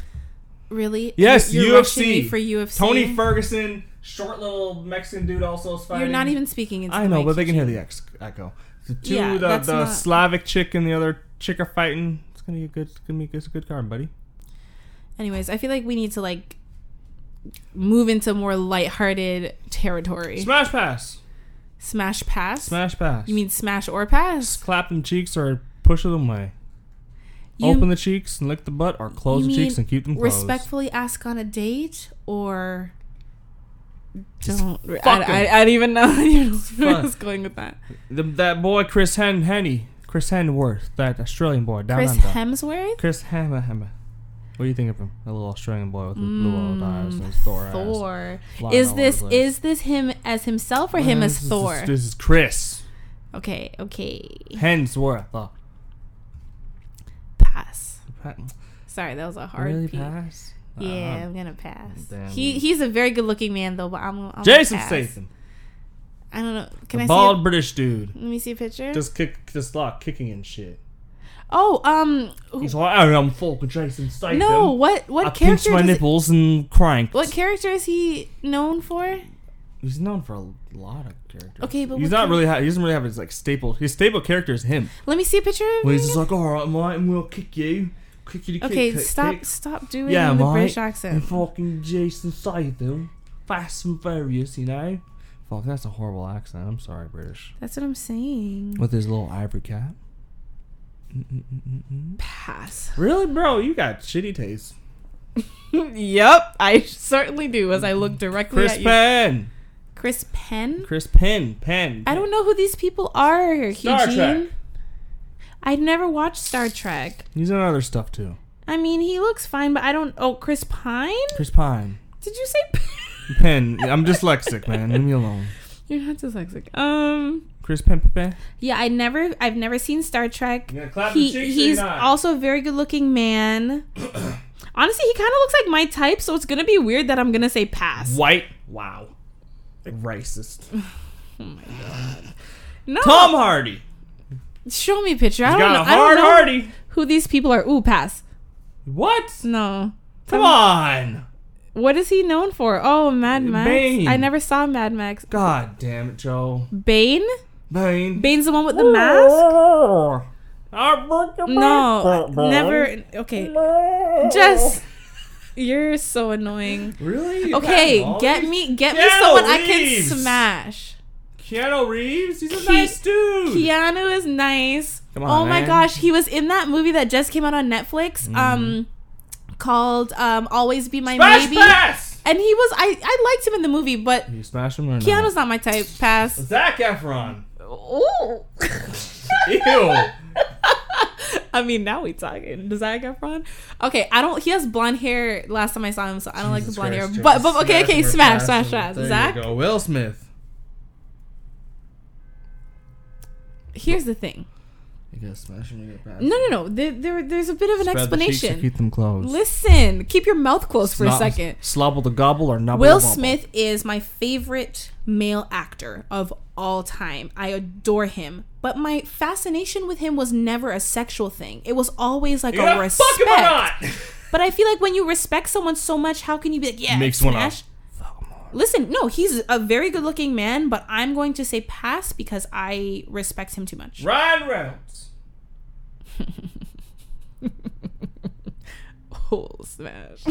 Speaker 2: Really?
Speaker 1: Yes,
Speaker 2: You're rushing
Speaker 1: UFC.
Speaker 2: me for UFC.
Speaker 1: Tony Ferguson, short little Mexican dude, also is fighting.
Speaker 2: You're not even speaking. Into
Speaker 1: I
Speaker 2: the
Speaker 1: know,
Speaker 2: mic,
Speaker 1: but they can hear
Speaker 2: Eugene.
Speaker 1: the ex- echo. The two,
Speaker 2: Yeah,
Speaker 1: the,
Speaker 2: that's
Speaker 1: the
Speaker 2: not-
Speaker 1: Slavic chick and the other chick are fighting. It's gonna be a good, it's gonna be a good, it's a good card, buddy.
Speaker 2: Anyways, I feel like we need to like move into more lighthearted territory.
Speaker 1: Smash pass,
Speaker 2: Smash pass.
Speaker 1: smash pass.
Speaker 2: You mean smash or pass?
Speaker 1: clap them cheeks or push them away?
Speaker 2: You
Speaker 1: Open the cheeks and lick the butt, or close
Speaker 2: You
Speaker 1: the cheeks
Speaker 2: mean
Speaker 1: and keep them closed.
Speaker 2: respectfully ask on a date or don't.
Speaker 1: fuck
Speaker 2: I, I, I don't even know I don't even know where I
Speaker 1: Fuck.
Speaker 2: was going with that.
Speaker 1: The, that boy Chris Hen Henny, Chris Henworth, that Australian boy down
Speaker 2: Chris
Speaker 1: under.
Speaker 2: Hemsworth,
Speaker 1: Chris Hammer Hammer. What do you think of him? A little Australian boy with the blue old eyes and his Thor eyes.
Speaker 2: Mm, Thor.
Speaker 1: Flying all
Speaker 2: Is
Speaker 1: over
Speaker 2: this
Speaker 1: the place.
Speaker 2: is this him as himself or him
Speaker 1: Uh,
Speaker 2: as
Speaker 1: this is-
Speaker 2: Thor?
Speaker 1: This is Chris
Speaker 2: Okay, okay.
Speaker 1: Hemsworth. Oh.
Speaker 2: Pass.
Speaker 1: Pa-
Speaker 2: Sorry, that was a hard.
Speaker 1: really
Speaker 2: P.
Speaker 1: pass?
Speaker 2: Yeah,
Speaker 1: Uh,
Speaker 2: I'm gonna pass.
Speaker 1: Damn.
Speaker 2: He he's a very good looking man though, but I'm, I'm
Speaker 1: Jason
Speaker 2: gonna pass.
Speaker 1: Statham,
Speaker 2: I don't know. Can
Speaker 1: the
Speaker 2: I
Speaker 1: bald
Speaker 2: see?
Speaker 1: British dude,
Speaker 2: A, let me see a picture.
Speaker 1: just kick, just lock kicking and shit.
Speaker 2: oh, um, who-
Speaker 1: He's like, oh, I'm full of Jason Statham.
Speaker 2: no. What what
Speaker 1: I pinched
Speaker 2: character?
Speaker 1: my
Speaker 2: does it-
Speaker 1: nipples and cranked.
Speaker 2: What character is he known for?
Speaker 1: He's known for a lot of characters.
Speaker 2: Okay, but
Speaker 1: he's
Speaker 2: what
Speaker 1: not
Speaker 2: kind-
Speaker 1: really. Ha- he doesn't really have his like staple. His staple character is him.
Speaker 2: Let me see a picture of
Speaker 1: When
Speaker 2: him.
Speaker 1: he's just like, all right, mate, and we'll kick you, kick you to kick,
Speaker 2: okay,
Speaker 1: kick,
Speaker 2: stop
Speaker 1: kick.
Speaker 2: stop doing
Speaker 1: Yeah,
Speaker 2: the
Speaker 1: mate.
Speaker 2: British
Speaker 1: and
Speaker 2: accent.
Speaker 1: fucking Jason Statham, fast and furious, you know. Fuck, that's a horrible accent. I'm sorry, British.
Speaker 2: That's what I'm saying.
Speaker 1: With his little ivory cap.
Speaker 2: Pass.
Speaker 1: Really, bro? You got shitty taste.
Speaker 2: yep, I certainly do. As I look directly
Speaker 1: Chris
Speaker 2: at you,
Speaker 1: Penn.
Speaker 2: Chris Penn.
Speaker 1: Chris Penn. Penn.
Speaker 2: I don't know who these people are,
Speaker 1: Star
Speaker 2: Eugene.
Speaker 1: Trek.
Speaker 2: I never watched Star Trek.
Speaker 1: He's in other stuff too.
Speaker 2: I mean, he looks fine, but I don't. Oh, Chris Pine?
Speaker 1: Chris Pine.
Speaker 2: Did you say? Pine?
Speaker 1: Penn. I'm dyslexic, man. Leave me alone.
Speaker 2: You're not dyslexic. Um.
Speaker 1: Chris Penn. Penn.
Speaker 2: Yeah, I never. I've never seen Star Trek.
Speaker 1: You gonna clap
Speaker 2: he,
Speaker 1: his cheeks or
Speaker 2: he's
Speaker 1: you're not?
Speaker 2: also a very good looking man. Honestly, he kind of looks like my type, so it's gonna be weird that I'm gonna say pass.
Speaker 1: White. Wow. Racist.
Speaker 2: No,
Speaker 1: Tom Hardy.
Speaker 2: Show me a picture. I
Speaker 1: He's
Speaker 2: don't,
Speaker 1: got
Speaker 2: know,
Speaker 1: a
Speaker 2: I don't
Speaker 1: hard
Speaker 2: know
Speaker 1: hardy.
Speaker 2: who these people are. Ooh, pass.
Speaker 1: What?
Speaker 2: No.
Speaker 1: Come on.
Speaker 2: What is he known for? Oh, Mad Max.
Speaker 1: Uh, Bane.
Speaker 2: I never saw Mad Max.
Speaker 1: God damn it, Joe.
Speaker 2: Bane?
Speaker 1: Bane.
Speaker 2: Bane's the one with the mask?
Speaker 1: I broke your
Speaker 2: No.
Speaker 1: back, Bane.
Speaker 2: Never. Okay. Jess, you're so annoying.
Speaker 1: Really? You got
Speaker 2: Okay,
Speaker 1: Molly?
Speaker 2: get me get me
Speaker 1: Keanu
Speaker 2: someone I can
Speaker 1: Reeves.
Speaker 2: smash.
Speaker 1: Keanu Reeves. He's a
Speaker 2: Ke-
Speaker 1: nice dude.
Speaker 2: Keanu is nice.
Speaker 1: Come
Speaker 2: oh
Speaker 1: on,
Speaker 2: my
Speaker 1: man. Mm-hmm.
Speaker 2: gosh, he was in that movie that just came out on Netflix. Um, called um, "Always Be My
Speaker 1: Smash
Speaker 2: Maybe,"
Speaker 1: pass.
Speaker 2: and he was I I liked him in the movie, but
Speaker 1: You smash him or
Speaker 2: Keanu's not my type. Pass.
Speaker 1: Zach Efron.
Speaker 2: Ooh.
Speaker 1: Ew.
Speaker 2: I mean, now we talking. Does that get fun? Okay, I don't. He has blonde hair. Last time I saw him, so I don't like the
Speaker 1: Jesus
Speaker 2: blonde
Speaker 1: Christ,
Speaker 2: hair.
Speaker 1: Joe.
Speaker 2: But but okay, okay,
Speaker 1: or
Speaker 2: smash,
Speaker 1: pass.
Speaker 2: smash, smash.
Speaker 1: There you
Speaker 2: Zach,
Speaker 1: go. Will Smith.
Speaker 2: here's the thing.
Speaker 1: You gotta smash him. You gotta pass.
Speaker 2: No, no, no. There, there there's a bit of an
Speaker 1: Spread the cheeks to
Speaker 2: explanation.
Speaker 1: keep them closed.
Speaker 2: Listen, keep your mouth closed for a
Speaker 1: Slop-
Speaker 2: second.
Speaker 1: Slobble the gobble or nubble
Speaker 2: Will
Speaker 1: the bubble.
Speaker 2: Smith is my favorite male actor of all time. I adore him. But my fascination with him was never a sexual thing. It was always like
Speaker 1: You
Speaker 2: a
Speaker 1: gotta
Speaker 2: respect.
Speaker 1: fuck him or not?
Speaker 2: But I feel like when you respect someone so much, how can you be like, yeah,
Speaker 1: Makes one
Speaker 2: smash? Listen, no, he's a very good looking man, but I'm going to say pass because I respect him too much.
Speaker 1: Ryan Reynolds.
Speaker 2: Oh, smash.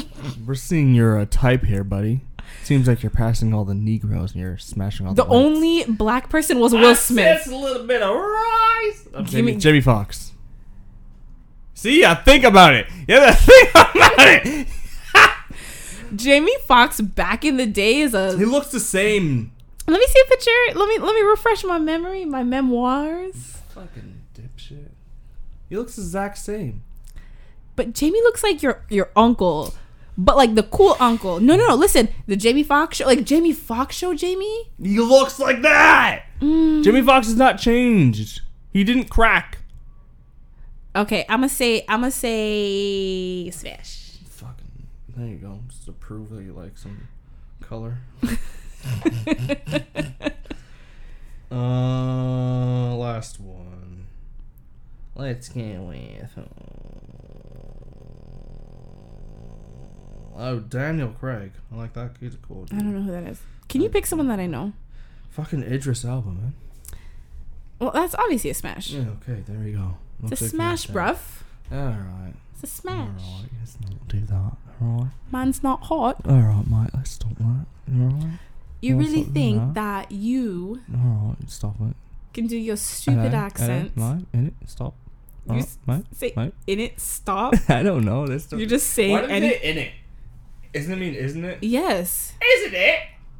Speaker 1: We're seeing your uh, type here, buddy. Seems like you're passing all the Negroes and you're smashing all the.
Speaker 2: The only black person was Will Smith.
Speaker 1: That's a little bit of rice. Oh, Jimmy,
Speaker 2: me-
Speaker 1: Jimmy Fox. See, I think about it. Yeah, I think about it.
Speaker 2: Jamie Foxx back in the day is a
Speaker 1: He looks the same.
Speaker 2: Let me see a picture. Let me let me refresh my memory, my memoirs.
Speaker 1: Fucking dipshit. He looks the exact same.
Speaker 2: But Jamie looks like your your uncle, but like the cool uncle. No, no, no. Listen, the Jamie Foxx show, like Jamie Foxx show, Jamie.
Speaker 1: He looks like that.
Speaker 2: Mm.
Speaker 1: Jimmy Fox has not changed. He didn't crack.
Speaker 2: Okay, I'm gonna say I'm gonna say smash.
Speaker 1: Fucking. There you go. Just to prove that you like some color. Uh, last one. Let's get with. uh, Oh, Daniel Craig. I like that. He's a cool
Speaker 2: I
Speaker 1: dude.
Speaker 2: don't know who that is. Can you pick someone that I know?
Speaker 1: Fucking Idris Elba, man.
Speaker 2: Well, that's obviously a smash.
Speaker 1: Yeah, okay, there we go. I'll
Speaker 2: It's a
Speaker 1: take
Speaker 2: smash,
Speaker 1: that down.
Speaker 2: bruv.
Speaker 1: Alright.
Speaker 2: It's a smash.
Speaker 1: Alright, let's not do that. Alright.
Speaker 2: Mine's not hot.
Speaker 1: Alright, mate, let's stop that. Alright.
Speaker 2: You
Speaker 1: Well,
Speaker 2: really
Speaker 1: something
Speaker 2: think
Speaker 1: like
Speaker 2: that you
Speaker 1: Alright, stop it.
Speaker 2: can do your stupid accent?
Speaker 1: Mate, in it, stop.
Speaker 2: You
Speaker 1: Alright,
Speaker 2: s-
Speaker 1: mate.
Speaker 2: Say
Speaker 1: Mate.
Speaker 2: in it. Stop.
Speaker 1: I don't know. That's the-
Speaker 2: You're just saying any.
Speaker 3: in it? Isn't it mean isn't it?
Speaker 2: Yes.
Speaker 3: Isn't it?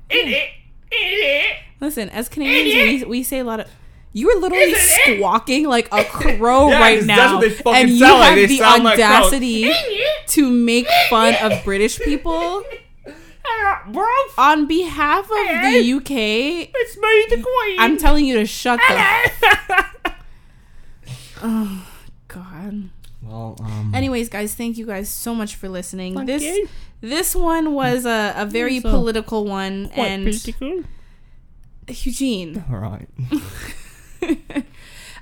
Speaker 3: In it? In it?
Speaker 2: Listen, as Canadians, we, we say a lot of. You are literally
Speaker 3: Isn't it?
Speaker 2: squawking like a crow
Speaker 1: Yeah,
Speaker 2: right
Speaker 1: 'cause
Speaker 2: now,
Speaker 1: that's what they fucking
Speaker 2: and you
Speaker 1: sound like.
Speaker 2: have
Speaker 1: They
Speaker 2: the
Speaker 1: sound like crows.
Speaker 2: audacity to make fun of British people
Speaker 3: Alright, Ah, bro.
Speaker 2: on behalf of the UK.
Speaker 3: It's me, the queen.
Speaker 2: I'm telling you to shut the. Oh God.
Speaker 1: Well, um.
Speaker 2: Anyways, guys, thank you guys so much for listening. this
Speaker 1: you.
Speaker 2: this one was a, a very
Speaker 1: So,
Speaker 2: political one, and Eugene.
Speaker 1: Alright.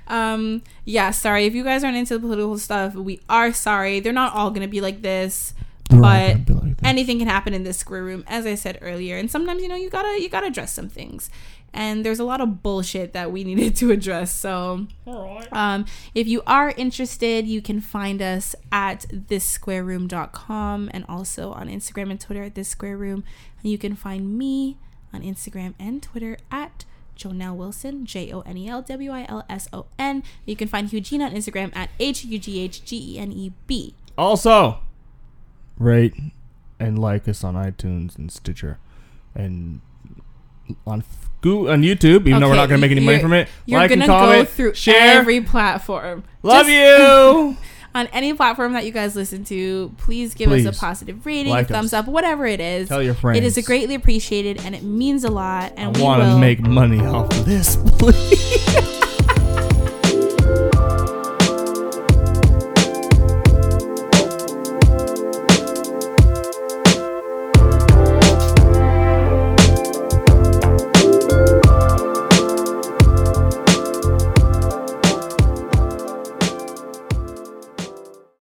Speaker 2: um yeah sorry if you guys aren't into the political stuff we are sorry they're not all gonna be like this But- anything can happen in this square room as i said earlier and sometimes you know you gotta you gotta address some things and there's a lot of bullshit that we needed to address so
Speaker 3: Alright.
Speaker 2: um, if you are interested, you can find us at thissquareroom.com and also on Instagram and Twitter at thissquareroom. And you can find me on Instagram and Twitter at Jonelle Wilson, J O N E L W I L S O N. You can find Eugene on Instagram at H U G H G E N E B.
Speaker 1: also, rate and like us on iTunes and Stitcher and on f- Goo on YouTube. Even though we're
Speaker 2: Okay,
Speaker 1: not gonna make any money
Speaker 2: you're-
Speaker 1: from it,
Speaker 2: You're
Speaker 1: like
Speaker 2: gonna
Speaker 1: and comment,
Speaker 2: go through
Speaker 1: share.
Speaker 2: every platform.
Speaker 1: Love
Speaker 2: Just
Speaker 1: you.
Speaker 2: on any platform that you guys listen to. Please give us
Speaker 1: Please.
Speaker 2: a positive rating,
Speaker 1: Like
Speaker 2: a thumbs
Speaker 1: us.
Speaker 2: up, whatever it is.
Speaker 1: Tell your friends.
Speaker 2: It is greatly appreciated and it means a lot.
Speaker 1: I
Speaker 2: And we
Speaker 1: want to
Speaker 2: will
Speaker 1: make money off of this, please.